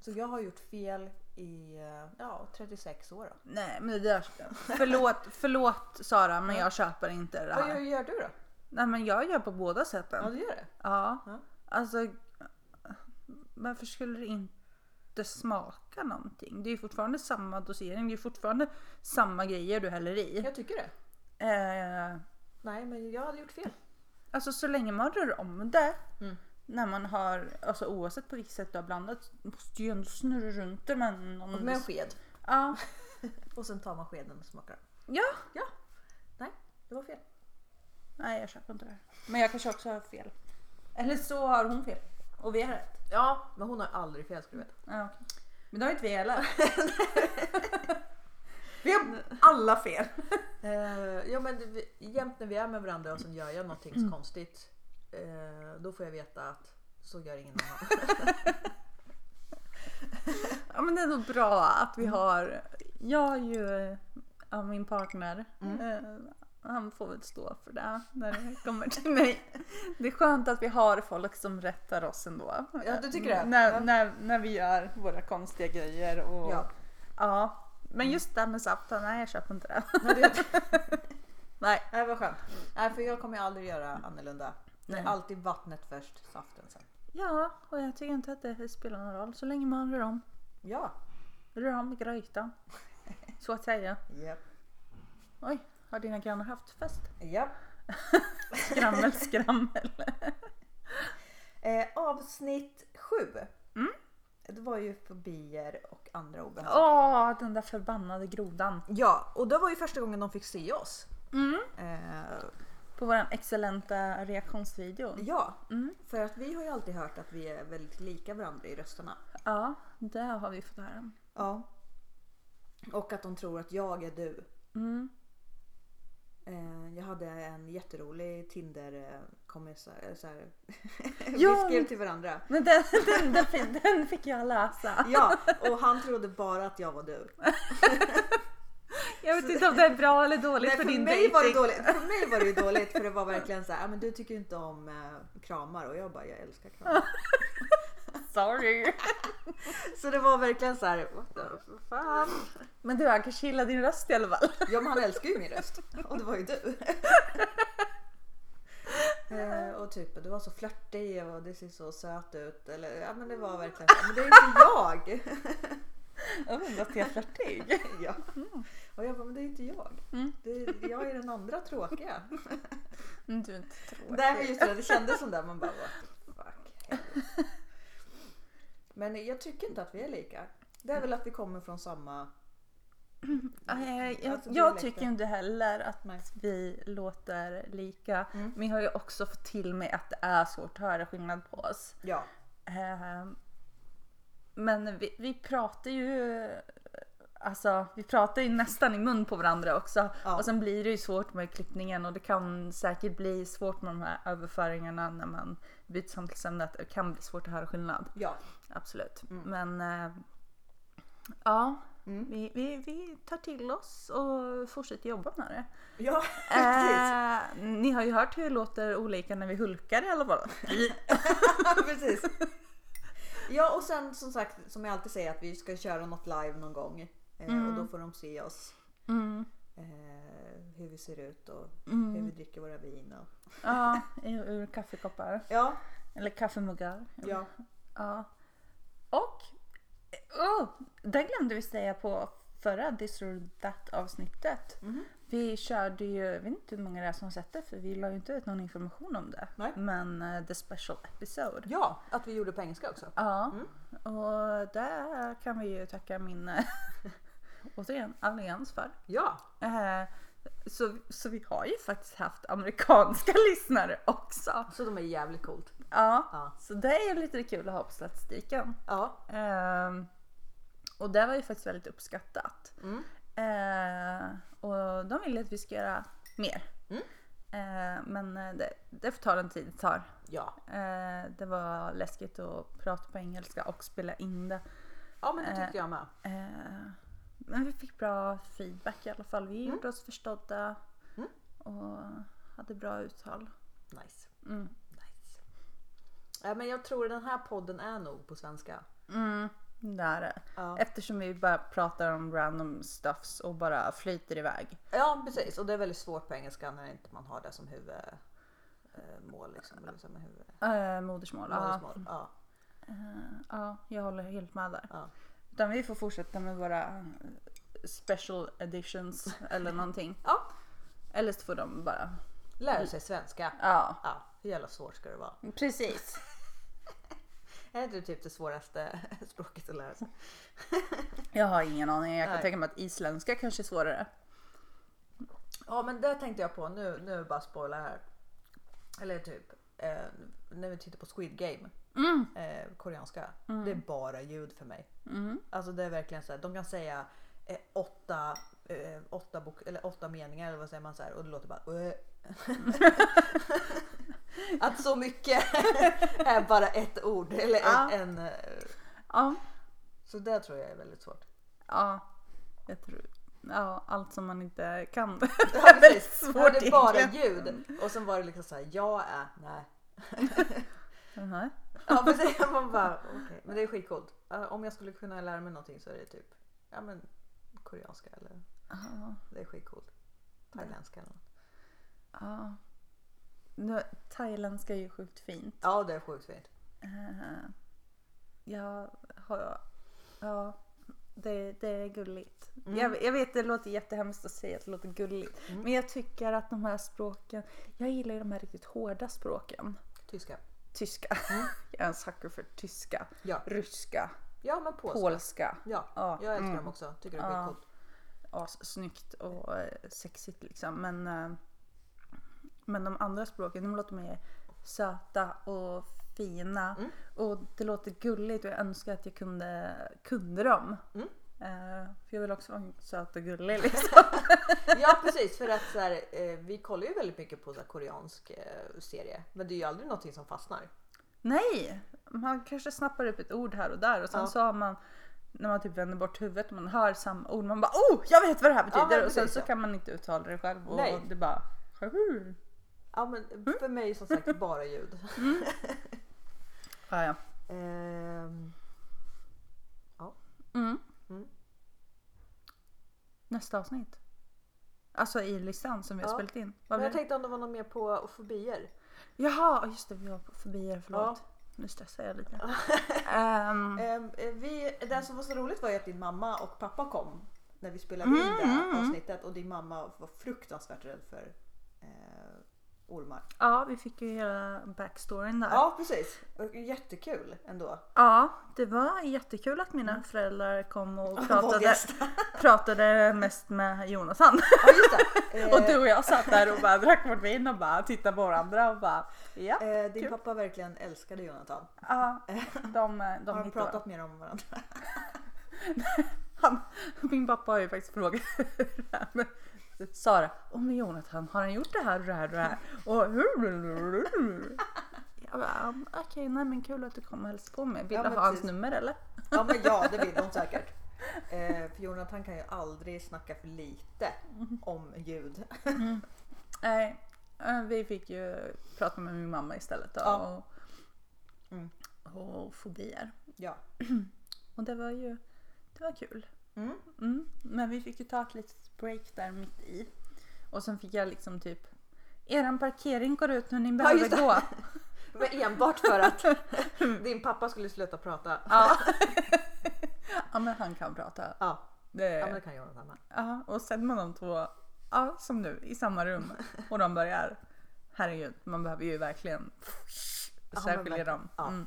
Speaker 2: Så jag har gjort fel i eh, ja, 36 år. Då.
Speaker 1: Nej, men det där... Förlåt, förlåt Sara, men jag köper inte det
Speaker 2: Vad
Speaker 1: här.
Speaker 2: gör, gör du då?
Speaker 1: Nej, men jag gör på båda sätten.
Speaker 2: Ja, du gör det?
Speaker 1: Ja.
Speaker 2: Ja.
Speaker 1: Alltså, varför skulle det inte smaka någonting? Det är ju fortfarande samma dosering, det är ju fortfarande samma grejer du häller i.
Speaker 2: Jag tycker det.
Speaker 1: Eh,
Speaker 2: Nej, men jag hade gjort fel.
Speaker 1: alltså så länge man rör om det,
Speaker 2: Mm.
Speaker 1: när man har, alltså oavsett på vilket sätt du har blandat, måste ju ändå snurra runt det med någon...
Speaker 2: Med en sked.
Speaker 1: ja.
Speaker 2: Och sen tar man skeden och smakar.
Speaker 1: ja,
Speaker 2: Nej, det var fel.
Speaker 1: nej jag köper inte det här. Men jag kanske också har fel. Eller så har hon fel. Och vi har rätt.
Speaker 2: Ja, men hon har aldrig fel ska du veta.
Speaker 1: Ja, okej. Men det har ju inte vi heller. vi har alla fel.
Speaker 2: Eh, ja, men det- vi- jämt när vi är med varandra och sen gör jag någonting konstigt. eh, då får jag veta att så gör ingen annan.
Speaker 1: Ja men det är ändå bra att vi har, jag har ju eh, ja, min partner, eh, han får väl stå för det när det kommer till mig. Det är skönt att vi har folk som rättar oss ändå.
Speaker 2: Ja, du tycker det?
Speaker 1: När,
Speaker 2: Ja.
Speaker 1: när, när vi gör våra konstiga grejer. Och,
Speaker 2: Ja.
Speaker 1: Ja. Men just det här med saften, nej jag köper inte det.
Speaker 2: Men det,
Speaker 1: Nej.
Speaker 2: nej, vad skönt. Nej, för jag kommer ju aldrig göra annorlunda. Det är
Speaker 1: Nej.
Speaker 2: alltid vattnet först, saften sen.
Speaker 1: Ja, och jag tycker inte att det spelar någon roll så länge man rör om.
Speaker 2: Ja.
Speaker 1: Rör om grytan. Så att säga.
Speaker 2: Japp.
Speaker 1: Oj, har dina grannar haft fest?
Speaker 2: Japp.
Speaker 1: Skrammel, skrammel.
Speaker 2: Eh, avsnitt sju. Mm. Det var ju fobier och andra obehag.
Speaker 1: Åh, den där förbannade grodan.
Speaker 2: Ja, och det var ju första gången de fick se oss.
Speaker 1: Mm.
Speaker 2: Eh,
Speaker 1: På våran excellenta reaktionsvideo.
Speaker 2: ja,
Speaker 1: Mm.
Speaker 2: för att vi har ju alltid hört att vi är väldigt lika varandra i rösterna.
Speaker 1: Ja, det har vi fått höra.
Speaker 2: Ja. Och att de tror att jag är du.
Speaker 1: Mm.
Speaker 2: Eh, Jag hade en jätterolig eh, Tinder-kommissar.
Speaker 1: Ja.
Speaker 2: Vi skrev till varandra.
Speaker 1: Men den, den, den, fick- den fick jag läsa.
Speaker 2: Ja, och han trodde bara att jag var du.
Speaker 1: Jag vet inte om det är bra eller dåligt
Speaker 2: Nej,
Speaker 1: för
Speaker 2: för,
Speaker 1: din
Speaker 2: mig var det
Speaker 1: dejting.
Speaker 2: dåligt. för mig var det ju dåligt för det var verkligen så här, "Ah, men du tycker ju inte om eh, kramar och jag bara jag älskar kramar.
Speaker 1: Sorry.
Speaker 2: Så det var verkligen så här, what the fan.
Speaker 1: Men du, han kan chilla din röst i alla fall.
Speaker 2: Ja men han älskar ju min röst och det var ju du. Eh, och typ du var så flörtig och det ser så söt ut. Eller, ja men det var verkligen så här, men det är inte jag.
Speaker 1: Jag vet inte att jag är flörtig.
Speaker 2: ja. Och jag bara men det är inte jag.
Speaker 1: Mm.
Speaker 2: Det, jag är den andra tråkiga.
Speaker 1: Men Du är inte tråkig.
Speaker 2: Nej men just det, det kändes som det. Man bara what the fuck. helvete." Men jag tycker inte att vi är lika. Det är väl att vi kommer från samma...
Speaker 1: Nej, Jag,
Speaker 2: Alltså,
Speaker 1: jag
Speaker 2: dialekter.
Speaker 1: tycker inte heller att
Speaker 2: Nej.
Speaker 1: vi låter lika.
Speaker 2: Mm.
Speaker 1: Men jag har ju också fått till mig att det är svårt att höra skillnad på oss.
Speaker 2: Ja.
Speaker 1: Ehm, Men vi, vi pratar ju Alltså vi pratar ju nästan i mun på varandra också.
Speaker 2: Ja.
Speaker 1: Och sen blir det ju svårt med klippningen och det kan säkert bli svårt med de här överföringarna när man byter samtalsämne. att Det kan bli svårt att höra skillnad.
Speaker 2: Ja.
Speaker 1: Absolut. Men eh, ja,
Speaker 2: Mm.
Speaker 1: vi, vi, vi tar till oss och fortsätter jobba med det.
Speaker 2: Ja, precis.
Speaker 1: Eh, ni har ju hört hur det låter olika när vi hulkar i alla fall.
Speaker 2: precis.
Speaker 3: Ja och sen som sagt som jag alltid säger att vi ska köra något live någon gång. Eh, Och då får de se oss.
Speaker 1: Mm.
Speaker 3: Eh, hur vi ser ut och hur vi
Speaker 1: Mm.
Speaker 3: dricker våra vin. Och...
Speaker 1: Ja, ur, ur kaffekoppar.
Speaker 3: Ja,
Speaker 1: Eller kaffemuggar.
Speaker 3: ja.
Speaker 1: Ja. Och, oh, det glömde vi säga på förra This or That avsnittet.
Speaker 2: Mm-hmm.
Speaker 1: Vi körde ju, jag vet inte hur många det är som har sett det för vi la ju inte ut någon information om det.
Speaker 3: Nej.
Speaker 1: Men eh, The Special Episode.
Speaker 2: Ja, att vi gjorde på engelska också.
Speaker 1: Ja,
Speaker 2: Mm.
Speaker 1: och där kan vi ju tacka min, eh, återigen, allians för.
Speaker 2: Ja,
Speaker 1: Eh, så, så vi har ju faktiskt haft amerikanska lyssnare också.
Speaker 2: så de är jävligt coolt.
Speaker 1: Ja,
Speaker 2: Ja.
Speaker 1: så det är ju lite kul att ha på statistiken.
Speaker 2: Ja,
Speaker 1: Ehm, och det var ju faktiskt väldigt uppskattat.
Speaker 2: Mm.
Speaker 1: Ehm, och de vill ju att vi ska göra mer.
Speaker 2: Mm.
Speaker 1: Ehm, men eh, det, det får ta den tid det tar.
Speaker 2: ja.
Speaker 1: Ehm, det var läskigt att prata på engelska och spela in det.
Speaker 2: Ja men det tyckte jag med.
Speaker 1: Ehm, men vi fick bra feedback i alla fall. Vi gjorde oss förstådda
Speaker 2: Mm.
Speaker 1: och hade bra uttal.
Speaker 2: Nice.
Speaker 1: Mm.
Speaker 2: nice. Ja, men jag tror den här podden är nog på svenska.
Speaker 1: Mm, det är det.
Speaker 2: Ja.
Speaker 1: Eftersom vi bara pratar om random stuffs och bara flyter iväg.
Speaker 2: Ja precis och det är väldigt svårt på engelska när inte man har det som huvudmål. Liksom, eller som huvud,
Speaker 1: Äh, modersmål. ja.
Speaker 2: modersmål. ja.
Speaker 1: Ja, jag håller helt med där.
Speaker 2: Ja.
Speaker 1: Utan vi får fortsätta med våra eh, special editions eller någonting.
Speaker 2: Ja.
Speaker 1: Eller så får de bara...
Speaker 2: Lära sig svenska.
Speaker 1: Ja,
Speaker 2: Ja, hur jävla svårt ska det vara?
Speaker 1: precis.
Speaker 2: Är inte det typ det svåraste språket att lära sig?
Speaker 1: Jag har ingen aning. Jag kan
Speaker 2: Nej.
Speaker 1: tänka mig att isländska kanske är svårare.
Speaker 2: Ja men det tänkte jag på nu, nu bara spoila här. Eller typ eh, när vi tittar på Squid Game. Eh, koreanska. Det är bara ljud för mig. Alltså det är verkligen så här, de kan säga eh, åtta, eh, åtta, bok, eller åtta meningar eller vad säger man så här och det låter bara "Äh." Att så mycket är bara ett ord. Eller
Speaker 1: Ja.
Speaker 2: en, en, eh,
Speaker 1: Ja,
Speaker 2: så det tror jag är väldigt svårt.
Speaker 1: ja. Jag tror... Ja, allt som man inte kan.
Speaker 2: Ja,
Speaker 1: är väldigt
Speaker 2: precis.
Speaker 1: svårt
Speaker 2: Ja, det är bara
Speaker 1: egentligen.
Speaker 2: ljud. Och sen var det liksom såhär, jag är, nej.
Speaker 1: Mhm.
Speaker 2: Ja precis, man bara okej. Men det är skitcoolt. Eh, Om jag skulle kunna lära mig någonting så är det typ, ja men koreanska eller
Speaker 1: Ja.
Speaker 2: det är skitcoolt. Thailändska eller något.
Speaker 1: ja. Nu, thailändska är ju sjukt fint.
Speaker 2: Ja det är sjukt fint.
Speaker 1: Eh, jag har... Ja, det, det är gulligt.
Speaker 2: Mm.
Speaker 1: Jag, jag vet det låter jättehemskt att säga att det låter gulligt. Men jag tycker att de här språken... Jag gillar ju de här riktigt hårda språken.
Speaker 2: Tyska.
Speaker 1: Tyska. jag är en sucker för tyska.
Speaker 2: Mm. Ja,
Speaker 1: Ryska.
Speaker 2: ja men polska.
Speaker 1: Polska.
Speaker 2: Ja,
Speaker 1: Ja,
Speaker 2: jag älskar
Speaker 1: mm.
Speaker 2: dem också. Tycker det är
Speaker 1: Ja.
Speaker 2: skitcoolt.
Speaker 1: Assnyggt och eh, sexigt liksom. Men, eh, men de andra språken de låter mer söta och fina.
Speaker 2: Mm.
Speaker 1: Och det låter gulligt och jag önskar att jag kunde, kunde dem.
Speaker 2: Mm.
Speaker 1: Eh, för jag vill också vara en söt och gullig liksom.
Speaker 2: Ja precis för att så här, eh, vi kollar ju väldigt mycket på så här, koreansk eh, serie. Men det är ju aldrig någonting som fastnar.
Speaker 1: Nej! Man kanske snappar upp ett ord här och där och sen
Speaker 2: Ja.
Speaker 1: så har man när man typ vänder bort huvudet och man hör samma ord man bara oh jag vet vad det här
Speaker 2: Ja,
Speaker 1: betyder
Speaker 2: men
Speaker 1: och sen
Speaker 2: precis,
Speaker 1: så
Speaker 2: ja.
Speaker 1: kan man inte uttala det själv och
Speaker 2: Nej.
Speaker 1: det bara
Speaker 2: Ja men
Speaker 1: Mm.
Speaker 2: för mig som sagt bara ljud.
Speaker 1: ja, ja.
Speaker 2: Ehm,
Speaker 1: Mm.
Speaker 2: Mm.
Speaker 1: Nästa avsnitt. Alltså i listan som vi har
Speaker 2: Ja.
Speaker 1: spelat in. Vad
Speaker 2: men
Speaker 1: blir
Speaker 2: jag
Speaker 1: det?
Speaker 2: tänkte om det var något mer på fobier.
Speaker 1: Jaha, just det vi var förbi er, förlåt. Nu stressar jag lite. Ehm,
Speaker 2: Ehm, eh, vi, det som var så roligt var ju att din mamma och pappa kom när vi spelade in det
Speaker 1: Mm,
Speaker 2: här avsnittet och din mamma var fruktansvärt rädd för eh, ormar.
Speaker 1: ja, vi fick ju hela backstoryn där.
Speaker 2: Ja precis, Och jättekul ändå.
Speaker 1: Ja, det var jättekul att
Speaker 2: Mm.
Speaker 1: mina föräldrar kom och pratade,
Speaker 2: gästar.
Speaker 1: pratade mest med Jonathan.
Speaker 2: Ja just det. Eh,
Speaker 1: och du och jag satt där och bara drack vårt vin och bara tittade på varandra och bara ja.
Speaker 2: eh, din
Speaker 1: kul.
Speaker 2: pappa verkligen älskade Jonathan.
Speaker 1: Ja, de, de
Speaker 2: Har de
Speaker 1: hittar
Speaker 2: pratat mer om varandra?
Speaker 1: Han, min pappa har ju faktiskt frågat det här med Sara, och med Jonathan, har han gjort det här och det här och det här? Och jag bara, "Um, okej, nej men kul att du kom och hälsade på mig. Vill
Speaker 2: Ja,
Speaker 1: du
Speaker 2: men
Speaker 1: ha hans
Speaker 2: precis.
Speaker 1: nummer eller?
Speaker 2: Ja men ja, det vill de säkert. Eh, för Jonathan kan ju aldrig snacka för lite
Speaker 1: Mm.
Speaker 2: om ljud.
Speaker 1: Nej, eh, vi fick ju prata med min mamma istället då.
Speaker 2: Ja.
Speaker 1: Och,
Speaker 2: Mm.
Speaker 1: och fobier.
Speaker 3: Ja.
Speaker 1: Och det var ju det var kul.
Speaker 3: Mm.
Speaker 1: Mm. Men vi fick ju ta ett litet break där mitt i. Och sen fick jag liksom typ Eran parkering går ut nu, ni behöver
Speaker 3: just det.
Speaker 1: gå.
Speaker 3: Men enbart för att din pappa skulle sluta prata.
Speaker 1: Ja. ja men han kan prata.
Speaker 3: Ja,
Speaker 1: Det,
Speaker 2: Ja, men det kan jag göra något annat.
Speaker 1: Ja, och sen med de två, ja, som nu, i samma rum och de börjar. Herregud, man behöver ju verkligen
Speaker 2: men
Speaker 1: särskilja
Speaker 2: verkligen.
Speaker 1: dem.
Speaker 2: Ja.
Speaker 1: Mm.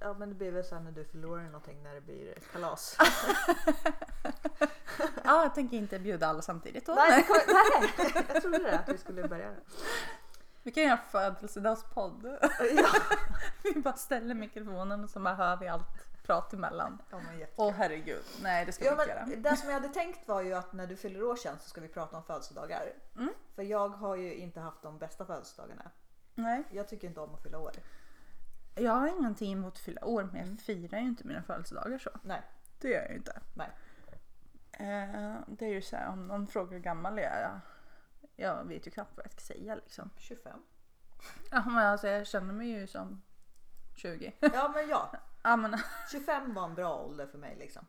Speaker 2: Ja men det blir väl sen när du förlorar någonting när det blir kalas.
Speaker 3: Ah,
Speaker 1: Ja, jag tänker inte bjuda alla samtidigt. Då.
Speaker 2: nej, det kommer- nej, jag trodde det att vi skulle börja.
Speaker 1: Vi kan göra födelsedagspodd.
Speaker 2: Ja,
Speaker 1: Vi bara ställer mikrofonen och så bara hör vi allt prat emellan.
Speaker 2: ja, men jätte-
Speaker 1: Åh herregud, nej det ska vi
Speaker 3: Ja,
Speaker 1: inte göra.
Speaker 3: men det som jag hade tänkt var ju att när du fyller år sen så ska vi prata om födelsedagar.
Speaker 2: Mm.
Speaker 3: För jag har ju inte haft de bästa födelsedagarna.
Speaker 1: Nej,
Speaker 3: Jag tycker inte om att fylla år.
Speaker 1: jag har ingenting emot att fylla år men jag firar ju inte mina födelsedagar så.
Speaker 3: Nej,
Speaker 1: Det gör jag ju inte.
Speaker 3: nej.
Speaker 1: Eh, det är ju så här, om någon frågar hur gammal jag är. jag- Jag vet ju knappt vad jag ska säga liksom.
Speaker 3: 25.
Speaker 1: Ja men alltså jag känner mig ju som 20.
Speaker 3: Ja men ja,
Speaker 1: Ja men
Speaker 3: 25 var en bra ålder för mig liksom.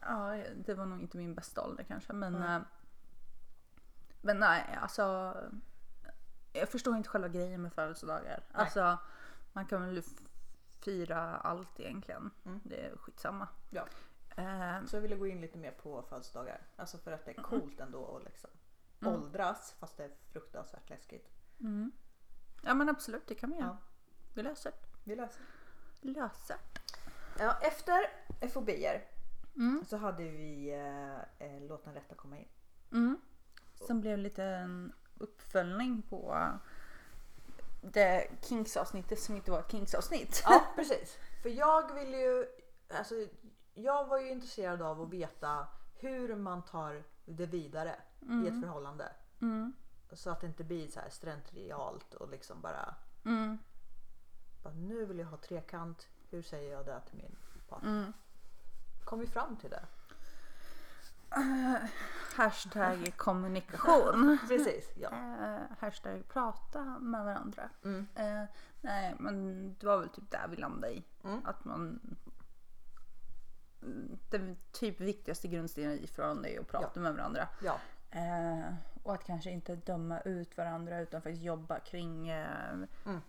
Speaker 1: ja, det var nog inte min bästa ålder kanske men. eh, Men nej alltså. Jag förstår inte själva grejen med födelsedagar. Alltså man kan väl f- fira allt egentligen. Det är skitsamma.
Speaker 3: Ja.
Speaker 1: Eh,
Speaker 3: Så jag ville gå in lite mer på födelsedagar. Alltså för att det är coolt ändå att liksom
Speaker 2: Mm.
Speaker 3: åldras fast det är fruktansvärt läskigt.
Speaker 1: ja men absolut det kan vi göra.
Speaker 3: Ja.
Speaker 1: Vi löser det.
Speaker 3: Vi löser
Speaker 1: Löser.
Speaker 3: Ja, efter fobier så hade vi eh, eh, Låt den rätta komma in.
Speaker 1: Mm. Som blev lite en uppföljning på det Kinks-avsnittet som inte var ett Kinks-avsnitt.
Speaker 2: ja precis. För jag vill ju, alltså jag var ju intresserad av att veta hur man tar det vidare i ett förhållande.
Speaker 1: Mm.
Speaker 2: Så att det inte blir så här strentrialt och liksom bara,
Speaker 1: Mm.
Speaker 2: bara nu vill jag ha trekant, hur säger jag det till min partner?
Speaker 1: Mm.
Speaker 2: Kom vi fram till det?
Speaker 1: Hashtag kommunikation.
Speaker 2: Precis, ja.
Speaker 1: Eh, hashtag prata med varandra. Eh, nej men det var väl typ där vi landade i. Att man... Den typ viktigaste grundstenen i förhållande är att prata med varandra.
Speaker 2: ja.
Speaker 1: Eh, och att kanske inte döma ut varandra utan faktiskt jobba kring eh,
Speaker 2: Mm.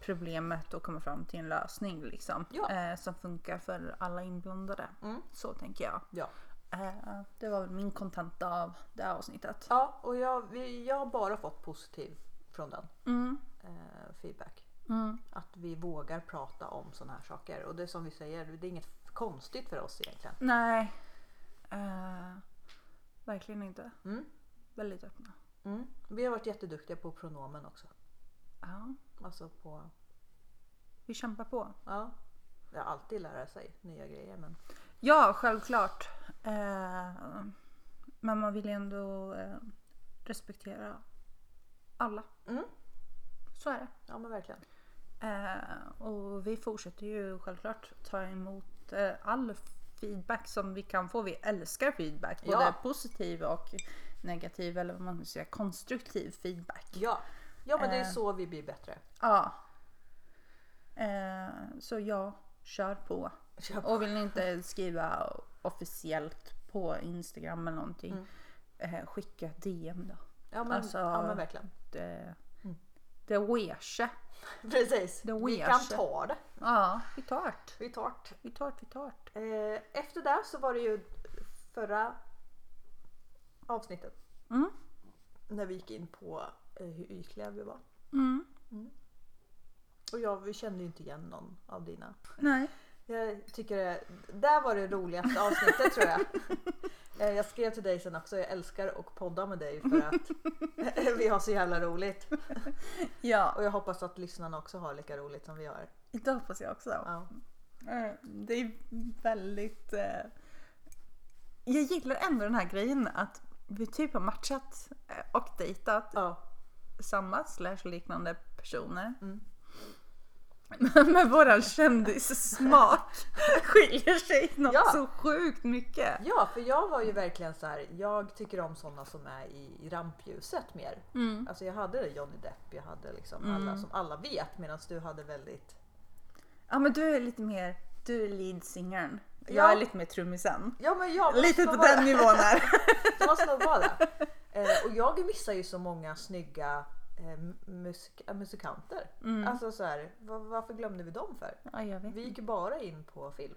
Speaker 1: problemet och komma fram till en lösning liksom.
Speaker 2: Ja. Mm.
Speaker 1: Eh, som funkar för alla inblandade. Så tänker jag.
Speaker 2: ja.
Speaker 1: Eh, det var väl min kontenta av det här avsnittet.
Speaker 2: Ja, och jag, vi, jag har bara fått positiv från den
Speaker 1: Mm.
Speaker 2: eh, feedback.
Speaker 1: Mm.
Speaker 2: Att vi vågar prata om sådana här saker. Och det är som vi säger, det är inget konstigt för oss egentligen.
Speaker 1: Nej. Eh, verkligen inte.
Speaker 2: Mm.
Speaker 1: Väldigt öppna. Mm.
Speaker 2: Vi har varit jätteduktiga på pronomen också.
Speaker 1: Ja.
Speaker 2: Alltså på,
Speaker 1: Vi kämpar på.
Speaker 2: ja. Det är alltid lära sig nya grejer men
Speaker 1: Ja, självklart. Eh, men man vill ju ändå eh, respektera alla.
Speaker 2: Mm.
Speaker 1: Så är det.
Speaker 2: ja men verkligen.
Speaker 1: Eh, och vi fortsätter ju självklart ta emot eh, all feedback som vi kan få. Vi älskar feedback. Både
Speaker 2: Ja.
Speaker 1: positiv och negativ eller vad man nu säger, konstruktiv feedback.
Speaker 2: Ja, ja men det är
Speaker 1: Eh.
Speaker 2: så vi blir bättre.
Speaker 1: Ja. Eh, så ja, kör på.
Speaker 2: Kör på.
Speaker 1: Och vill ni inte skriva officiellt på Instagram eller någonting.
Speaker 2: Mm.
Speaker 1: Eh, skicka ett DM då.
Speaker 2: Ja men,
Speaker 1: Alltså-
Speaker 2: ja, men verkligen.
Speaker 1: Det,
Speaker 2: Mm.
Speaker 1: det weirge.
Speaker 2: Precis.
Speaker 1: Det
Speaker 2: Vi
Speaker 1: ger
Speaker 2: kan
Speaker 1: sig.
Speaker 2: ta det.
Speaker 1: Ja, vi tart.
Speaker 2: Vi tar det.
Speaker 1: Vi tart, vi tart.
Speaker 2: Eh, efter det så var det ju förra avsnittet.
Speaker 1: Mm.
Speaker 2: När vi gick in på eh, hur ytliga vi var.
Speaker 1: Mm.
Speaker 2: Och jag vi kände ju inte igen någon av dina.
Speaker 1: Nej.
Speaker 2: Jag tycker det, där var det roligaste avsnittet tror jag. Eh, Jag skrev till dig sen också, jag älskar att podda med dig för att vi har så jävla roligt.
Speaker 1: Ja,
Speaker 2: Och jag hoppas att lyssnarna också har lika roligt som vi har.
Speaker 1: det hoppas jag också.
Speaker 2: Ja.
Speaker 1: Eh, Det är väldigt... Eh... Jag gillar ändå den här grejen att vi typ har matchat eh, och dejtat
Speaker 2: Ja.
Speaker 1: samma slash liknande personer. Men med våran kändissmak skiljer sig något
Speaker 2: Ja.
Speaker 1: så sjukt mycket.
Speaker 2: ja, för jag var ju verkligen så här. jag tycker om sådana som är i i rampljuset mer.
Speaker 1: Mm.
Speaker 2: Alltså jag hade Johnny Depp, jag hade liksom alla som alla vet medan du hade väldigt
Speaker 1: Ja men du är lite mer, du är lead-singern. Jag
Speaker 2: Ja.
Speaker 1: är lite mer trummisen.
Speaker 2: Ja men jag måste
Speaker 1: Lite
Speaker 2: nog
Speaker 1: på
Speaker 2: vara
Speaker 1: den nivån här.
Speaker 2: Jag måste nog vara det. Eh, och jag missar ju så många snygga eh, musik- eh, musikanter.
Speaker 1: Mm.
Speaker 2: Alltså så här, va- varför glömde vi dem för?
Speaker 1: Ja, jag vet.
Speaker 2: Vi gick ju bara in på film.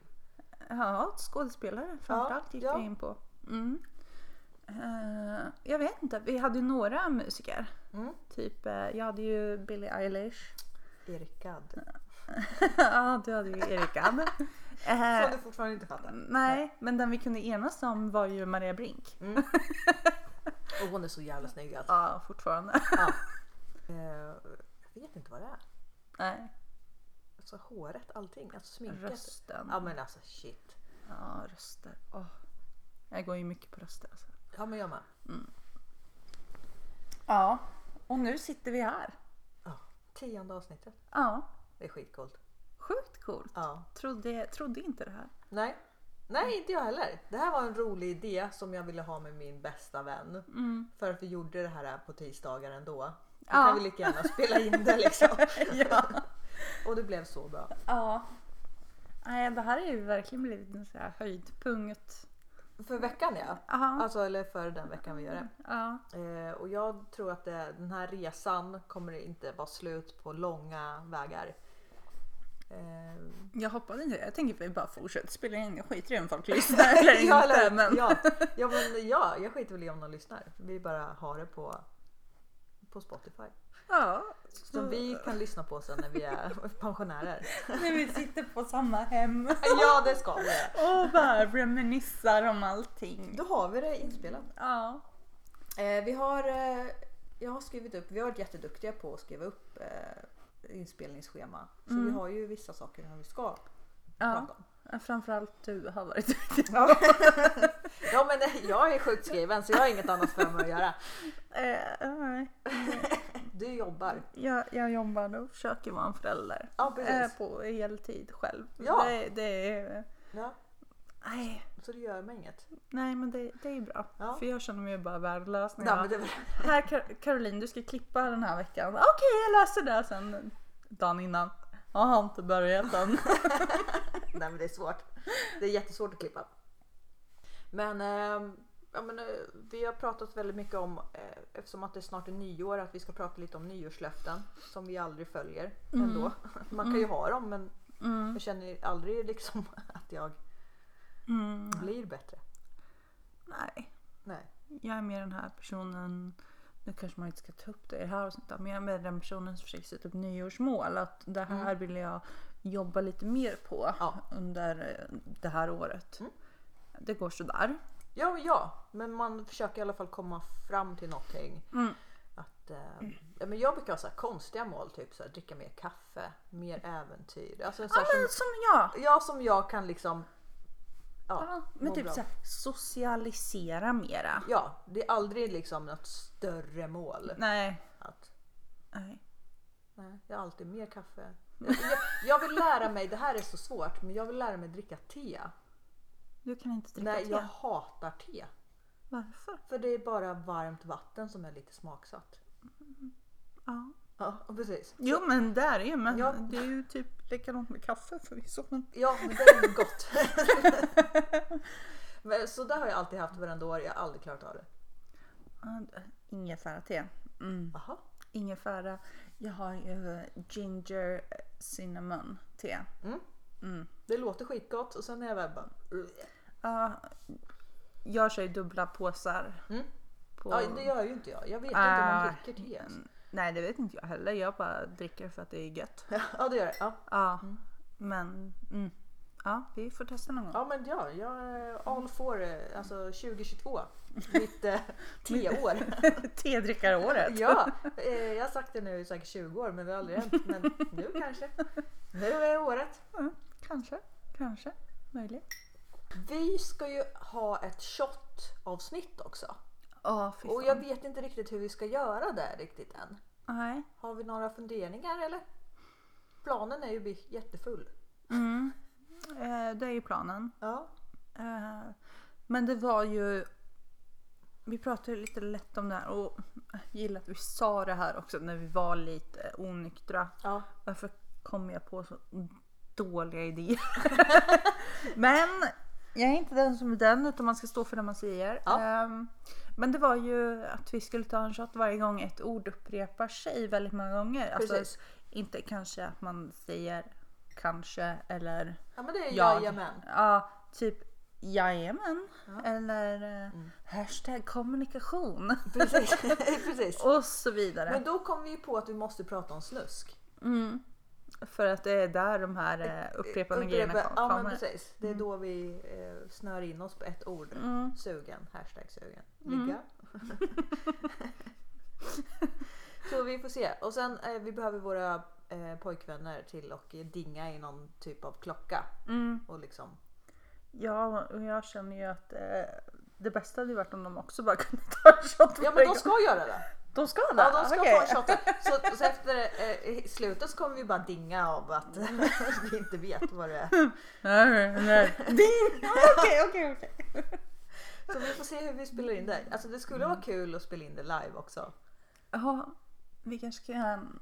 Speaker 1: Ja, skådespelare framförallt gick
Speaker 2: ja.
Speaker 1: vi in på. Mm. Eh, jag vet inte, vi hade ju några musiker.
Speaker 2: Mm.
Speaker 1: Typ, eh, jag hade ju Billie Eilish.
Speaker 2: Irkad.
Speaker 1: ja, du hade ju Erika. Eh,
Speaker 2: Som du fortfarande inte fattar.
Speaker 1: nej, Mm. men den vi kunde enas om var ju Maria Brink.
Speaker 2: Och hon är så jävla snygg alltså.
Speaker 1: Ja, fortfarande.
Speaker 2: Ja. Eh, jag vet inte vad det är.
Speaker 1: nej,
Speaker 2: Alltså håret, allting. Alltså sminket.
Speaker 1: rösten.
Speaker 2: Ja men alltså shit.
Speaker 1: Ja, röster. Åh. Jag går ju mycket på röster alltså.
Speaker 2: Ja men jag med.
Speaker 1: Ja, och nu sitter vi här.
Speaker 2: Ja. Tionde avsnittet.
Speaker 1: Ja,
Speaker 2: Det är skitcoolt.
Speaker 1: sjukt coolt.
Speaker 2: Ja.
Speaker 1: Trodde, trodde inte det här.
Speaker 2: Nej. Nej, inte jag heller. Det här var en rolig idé som jag ville ha med min bästa vän. För att vi gjorde det här på tisdagar ändå. Då
Speaker 1: Ja.
Speaker 2: kan vi lika gärna spela in det liksom.
Speaker 1: ja.
Speaker 2: Och det blev så bra.
Speaker 1: ja. Nej, det här är ju verkligen blivit en så här höjdpunkt.
Speaker 2: För veckan ja.
Speaker 1: Ja.
Speaker 2: Alltså eller för den veckan vi gör det.
Speaker 1: Ja.
Speaker 2: Eh, och jag tror att det, den här resan kommer inte vara slut på långa vägar. Eh,
Speaker 1: Jag hoppade inte Jag tänker att vi bara fortsätter spela in. Jag skiter i om folk lyssnar eller
Speaker 2: ja,
Speaker 1: inte.
Speaker 2: eller-
Speaker 1: men...
Speaker 2: ja, ja, men ja, jag skiter väl i om någon lyssnar. Vi bara har det på, på Spotify.
Speaker 1: ja.
Speaker 2: Som vi kan lyssna på sen när vi är pensionärer.
Speaker 1: När vi sitter på samma hem
Speaker 2: Ja, det ska vi.
Speaker 1: och bara reminissar om allting.
Speaker 2: Då har vi det inspelat.
Speaker 1: Ja.
Speaker 3: Eh, vi har, eh, jag har skrivit upp, vi har varit jätteduktiga på att skriva upp eh, inspelningsschema. Så vi har ju vissa saker som vi ska
Speaker 1: Mm. ja.
Speaker 3: prata om.
Speaker 1: Framförallt du har varit duktig.
Speaker 2: Ja, men eh, jag är sjukskriven så jag har inget annat för mig att göra.
Speaker 1: Eh, nej.
Speaker 2: Du jobbar.
Speaker 1: jag, jag jobbar och försöker vara en förälder.
Speaker 2: Ja, precis.
Speaker 1: Eh, på heltid själv.
Speaker 2: Ja.
Speaker 1: Det, det är...
Speaker 2: Ja,
Speaker 1: Nej,
Speaker 2: så det gör mig inget.
Speaker 1: nej men det, det är bra.
Speaker 2: Ja.
Speaker 1: För jag känner mig bara värdelös. När
Speaker 2: Ja, men
Speaker 1: jag,
Speaker 2: det var...
Speaker 1: Här Kar- Caroline, du ska klippa den här veckan. Okej, jag löser det sen. Dagen innan. Jag har inte börjat än.
Speaker 2: Nej, men det är svårt. Det är jättesvårt att klippa. Men, eh, ja, men eh, vi har pratat väldigt mycket om, eh, eftersom att det snart är nyår, att vi ska prata lite om nyårslöften som vi aldrig följer ändå. Man kan ju ha dem men
Speaker 1: Mm.
Speaker 2: jag känner aldrig liksom att jag
Speaker 1: Mm.
Speaker 2: blir bättre.
Speaker 1: Nej,
Speaker 2: Nej.
Speaker 1: jag är mer den här personen. Nu kanske man inte ska ta upp det i det här avsnittet. Men jag är mer den personen som försöker sätta upp nyårsmål. Att det här vill jag jobba lite mer på
Speaker 2: Mm. Ja. Mm.
Speaker 1: under eh, det här året. Det går sådär.
Speaker 2: Ja, ja, men man försöker i alla fall komma fram till någonting.
Speaker 1: Mm.
Speaker 2: Att, eh, ja, men jag brukar ha så här konstiga mål, typ så här, dricka mer kaffe, mer äventyr. Alltså, så
Speaker 1: Ja
Speaker 2: här,
Speaker 1: men som jag.
Speaker 2: som, ja, som jag kan liksom... Ja,
Speaker 1: Ja,
Speaker 2: må
Speaker 1: men typ
Speaker 2: bra.
Speaker 1: såhär, socialisera mera.
Speaker 2: Ja, det är aldrig liksom något större mål.
Speaker 1: Nej.
Speaker 2: Att,
Speaker 1: Nej.
Speaker 2: nej, jag har alltid mer kaffe. Jag, jag, jag vill lära mig, det här är så svårt, men jag vill lära mig dricka te.
Speaker 1: Du kan inte dricka
Speaker 2: Nej,
Speaker 1: te.
Speaker 2: jag hatar te.
Speaker 1: Varför?
Speaker 2: För det är bara varmt vatten som är lite smaksatt.
Speaker 1: Ja.
Speaker 2: Ja, precis.
Speaker 1: Jo men där är ju men
Speaker 2: Ja.
Speaker 1: det är ju typ likadant med kaffe förvisso. Men...
Speaker 2: Ja, men det är gott. Men, så där har jag alltid haft varenda år. Jag har aldrig klarat av det.
Speaker 1: Ja, Ingefära te. Mm.
Speaker 2: Aha.
Speaker 1: Ingefära. Jag har ju ginger cinnamon te.
Speaker 2: Det låter skitgott och sen är jag väl bara...
Speaker 1: Ja, jag kör ju dubbla påsar.
Speaker 2: Mm.
Speaker 1: På...
Speaker 2: Ja, det gör ju inte jag. Jag vet inte om
Speaker 1: Ah,
Speaker 2: man dricker te. alltså. ens.
Speaker 1: Nej det vet inte jag heller. Jag bara dricker för att det är gött.
Speaker 2: Ja, Mm. det gör jag. Ja,
Speaker 1: Ja. Men mm. ja, vi får testa någon gång.
Speaker 2: ja men ja, jag är all for eh, alltså 2022. Mitt eh, teår.
Speaker 1: Tedrickaråret.
Speaker 2: Ja, eh, jag har sagt det nu i säkert 20 år men det har aldrig hänt. Men nu kanske. Nu är året.
Speaker 1: Mm, kanske, kanske, möjligt.
Speaker 2: Vi ska ju ha ett shot avsnitt också.
Speaker 1: Ja, fy
Speaker 2: Och
Speaker 1: fan.
Speaker 2: jag vet inte riktigt hur vi ska göra det riktigt än.
Speaker 1: Nej.
Speaker 2: Har vi några funderingar eller? Planen är ju att bli jättefull.
Speaker 1: Mm. Eh, det är ju planen.
Speaker 2: Ja.
Speaker 1: Eh, men det var ju... Vi pratade ju lite lätt om det här och jag gillar att vi sa det här också när vi var lite onyktra.
Speaker 2: ja.
Speaker 1: Varför kom jag på så dåliga idéer. Men jag är inte den som är den utan man ska stå för det man säger.
Speaker 3: Ja.
Speaker 1: Ehm, men det var ju att vi skulle ta en shot varje gång ett ord upprepar sig väldigt många gånger. Alltså,
Speaker 3: Precis.
Speaker 1: inte kanske att man säger kanske eller
Speaker 2: Ja men det är
Speaker 1: Jag.
Speaker 2: jajamän.
Speaker 1: ja, typ jajamän
Speaker 2: Ja. Mm.
Speaker 1: eller eh, hashtag kommunikation
Speaker 2: Precis. Precis.
Speaker 1: och så vidare.
Speaker 2: Men då kom vi ju på att vi måste prata om snusk.
Speaker 1: Mm. För att det är där de här eh, upprepande grejerna
Speaker 2: Upprepa-
Speaker 1: kom-
Speaker 2: Ja men
Speaker 1: kommer.
Speaker 2: precis. Det är då vi eh, snör in oss på ett ord.
Speaker 1: Mm.
Speaker 2: Sugen. Hashtag sugen. Ligga. Så vi får se. Och sen eh, vi behöver våra eh, pojkvänner till och dinga i någon typ av klocka.
Speaker 1: Mm.
Speaker 2: Och liksom.
Speaker 1: Ja, och jag känner ju att eh, det bästa hade ju varit om de också bara kunde ta en shot
Speaker 2: Ja men
Speaker 1: varje
Speaker 2: de
Speaker 1: gång.
Speaker 2: ska göra det.
Speaker 1: de ska det?
Speaker 2: Ja, de ska
Speaker 1: Okej.
Speaker 2: ta en shot. Så, så efter eh, i slutet så kommer vi bara dinga av att vi inte vet vad det är.
Speaker 1: Nej, nej. Ding! Okej, okej, okej.
Speaker 2: Så vi får se hur vi spelar in det. Alltså det skulle vara kul att spela in det live också.
Speaker 1: Ja, vi kanske ska göra en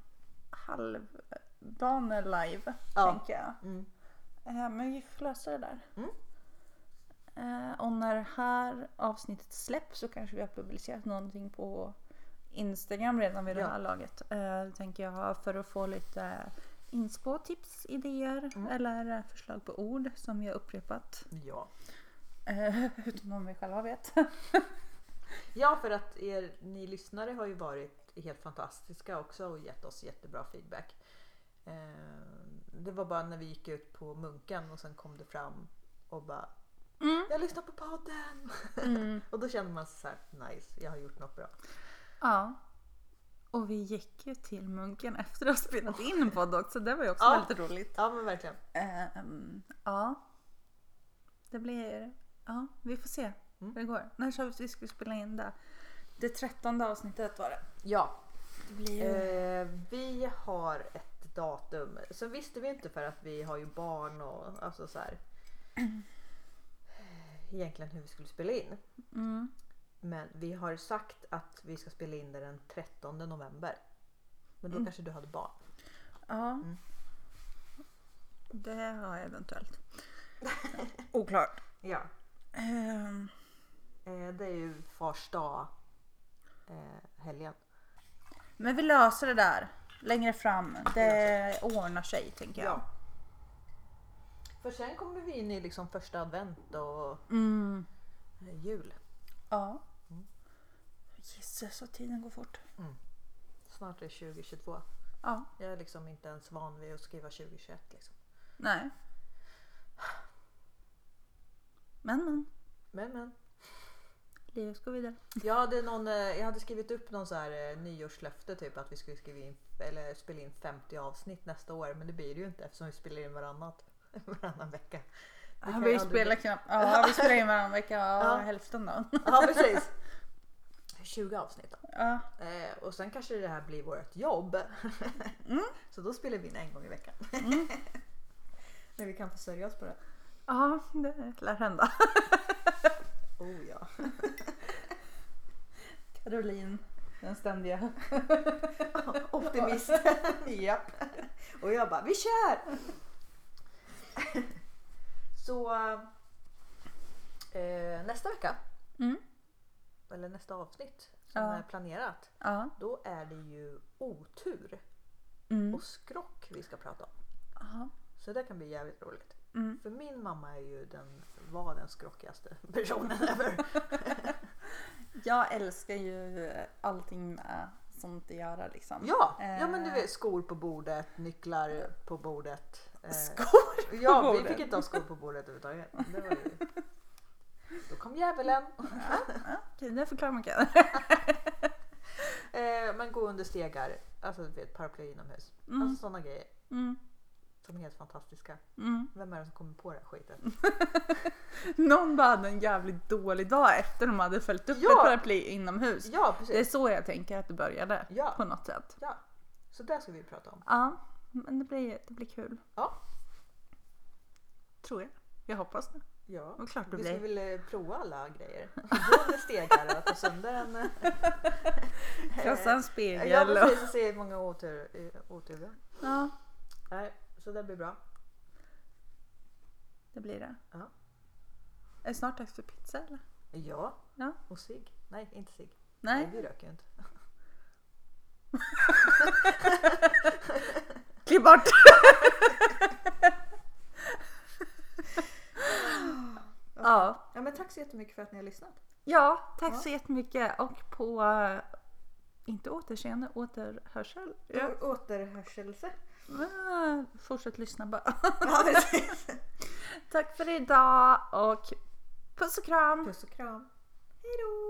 Speaker 1: halvdan live,
Speaker 2: Ja.
Speaker 1: tänker jag.
Speaker 2: Mm.
Speaker 1: Eh, men vi får lösa det där.
Speaker 2: Mm.
Speaker 1: Eh, och när det här avsnittet släpps så kanske vi har publicerat någonting på Instagram redan vid det
Speaker 2: Ja.
Speaker 1: här laget. Eh, tänker jag för att få lite inspå, tips, idéer
Speaker 2: Mm.
Speaker 1: eller eh, förslag på ord som vi har upprepat.
Speaker 2: Ja.
Speaker 1: Eh, utom om vi själva vet.
Speaker 2: ja, för att er, ni lyssnare har ju varit helt fantastiska också och gett oss jättebra feedback. Eh, det var bara när vi gick ut på Munken och sen kom det fram och bara
Speaker 1: Mm.
Speaker 2: Jag lyssnar på podden! Och då kände man sig såhär nice, jag har gjort något bra.
Speaker 1: Ja. Och vi gick ju till Munken efter att ha spelat in en podd också. Det var ju också
Speaker 2: Ja.
Speaker 1: väldigt roligt.
Speaker 2: Ja men verkligen.
Speaker 1: Ehm, ja. Det blir... Ja, vi får se
Speaker 2: Mm.
Speaker 1: hur det går. När sa vi att vi skulle spela in det? Det trettonde avsnittet var det. Ehm,
Speaker 2: Ja,
Speaker 1: Det blir
Speaker 2: Eh, vi har ett datum. Sen visste vi inte för att vi har ju barn och alltså så här. Egentligen hur vi skulle spela in.
Speaker 1: Mm.
Speaker 2: Men vi har sagt att vi ska spela in det den 13 november. Men
Speaker 1: Mm.
Speaker 2: då kanske du hade barn.
Speaker 1: Ja. Det har jag eventuellt. Oklart.
Speaker 2: Ja.
Speaker 1: Ehm,
Speaker 2: Eh, det är ju fars dag eh, helgen.
Speaker 1: men vi löser det där längre fram. Det ordnar sig tänker jag.
Speaker 2: För sen kommer vi in i liksom första advent och
Speaker 1: Mm.
Speaker 2: eh, jul.
Speaker 1: Ja. Jisses vad tiden går fort.
Speaker 2: Snart är 2022.
Speaker 1: Ja.
Speaker 2: Jag är liksom inte ens van vid att skriva 2021 liksom.
Speaker 1: Nej. Men men.
Speaker 2: Men men.
Speaker 1: Livet går vidare.
Speaker 2: Jag hade, någon, eh, jag hade skrivit upp någon så här eh, nyårslöfte typ att vi skulle skriva in, eller spela in 50 avsnitt nästa år men det blir det ju inte eftersom vi spelar in varannat, varannan vecka. Det
Speaker 1: Ja,
Speaker 2: kan ju
Speaker 1: vi
Speaker 2: aldrig
Speaker 1: spelar knappt. Ja, vi spelar in varannan vecka. Ja,
Speaker 2: Ja.
Speaker 1: hälften då.
Speaker 2: bli- Ja precis! 20 avsnitt då.
Speaker 1: Ja.
Speaker 2: Eh, och sen kanske det här blir vårt jobb. Så då spelar vi in en gång i veckan. När vi kan försörja oss på det.
Speaker 1: ja, det lär hända.
Speaker 2: Oh ja.
Speaker 1: Caroline, den ständiga.
Speaker 2: Optimist. Japp. Och jag bara, vi kör! Så eh, nästa vecka,
Speaker 1: Mm.
Speaker 2: eller nästa avsnitt som
Speaker 1: Ja.
Speaker 2: är planerat,
Speaker 1: Ja.
Speaker 2: då är det ju otur
Speaker 1: Mm.
Speaker 2: och skrock vi ska prata om.
Speaker 1: ja.
Speaker 2: Så det kan bli jävligt roligt.
Speaker 1: Mm.
Speaker 2: För min mamma är ju den, var den skrockigaste personen ever.
Speaker 1: Jag älskar ju allting med sånt att göra liksom.
Speaker 2: Ja,
Speaker 1: Eh.
Speaker 2: ja men du vet skor på bordet, nycklar på bordet. eh,
Speaker 1: Skor på
Speaker 2: Ja, vi
Speaker 1: bordet.
Speaker 2: fick inte ha skor på bordet överhuvudtaget. Det var ju... Då kom djävulen.
Speaker 1: Ja, Okej, det förklarar mycket.
Speaker 2: Eh, men gå under stegar, alltså du vet paraply inomhus.
Speaker 1: Mm.
Speaker 2: Alltså sådana grejer
Speaker 1: Mm.
Speaker 2: som är helt fantastiska.
Speaker 1: Mm.
Speaker 2: Vem är det som kommer på den här skiten?
Speaker 1: Någon bara hade en jävligt dålig dag efter de hade följt upp
Speaker 2: Ja.
Speaker 1: ett paraply inomhus.
Speaker 2: Ja,
Speaker 1: Det är
Speaker 2: precis.
Speaker 1: så jag tänker att det började
Speaker 2: Ja.
Speaker 1: på något sätt.
Speaker 2: Ja. Så det ska vi prata om.
Speaker 1: Ja, men det blir, det blir kul.
Speaker 2: Ja.
Speaker 1: Tror jag. Jag hoppas det.
Speaker 2: Ja.
Speaker 1: Och klart det
Speaker 2: Vi skulle
Speaker 1: blir.
Speaker 2: vilja prova alla grejer. Gå under stegar och ta sönder en... eh,
Speaker 1: Krossa en
Speaker 2: Ja,
Speaker 1: spegel. och-
Speaker 2: precis. Och se hur många otur, eh, otur vi har.
Speaker 1: Ja.
Speaker 2: Nej, Så det blir bra.
Speaker 1: Det blir det.
Speaker 2: Ja.
Speaker 1: Är det snart dags för pizza eller?
Speaker 2: Ja.
Speaker 1: Ja.
Speaker 2: Och cigg. Nej, inte cigg.
Speaker 1: Nej,
Speaker 2: Vi röker ju inte.
Speaker 1: klipp bort! ja.
Speaker 3: Ja, men tack så jättemycket för att ni har lyssnat.
Speaker 1: ja, tack
Speaker 3: Ja.
Speaker 1: så jättemycket och på eh, inte återseende, återhörsel. Ja.
Speaker 3: Å- Återhörselse.
Speaker 1: Ah, Fortsätt lyssna bara.
Speaker 3: Ja, precis.
Speaker 1: Tack för idag och puss och kram!
Speaker 3: Puss och kram. Hej då!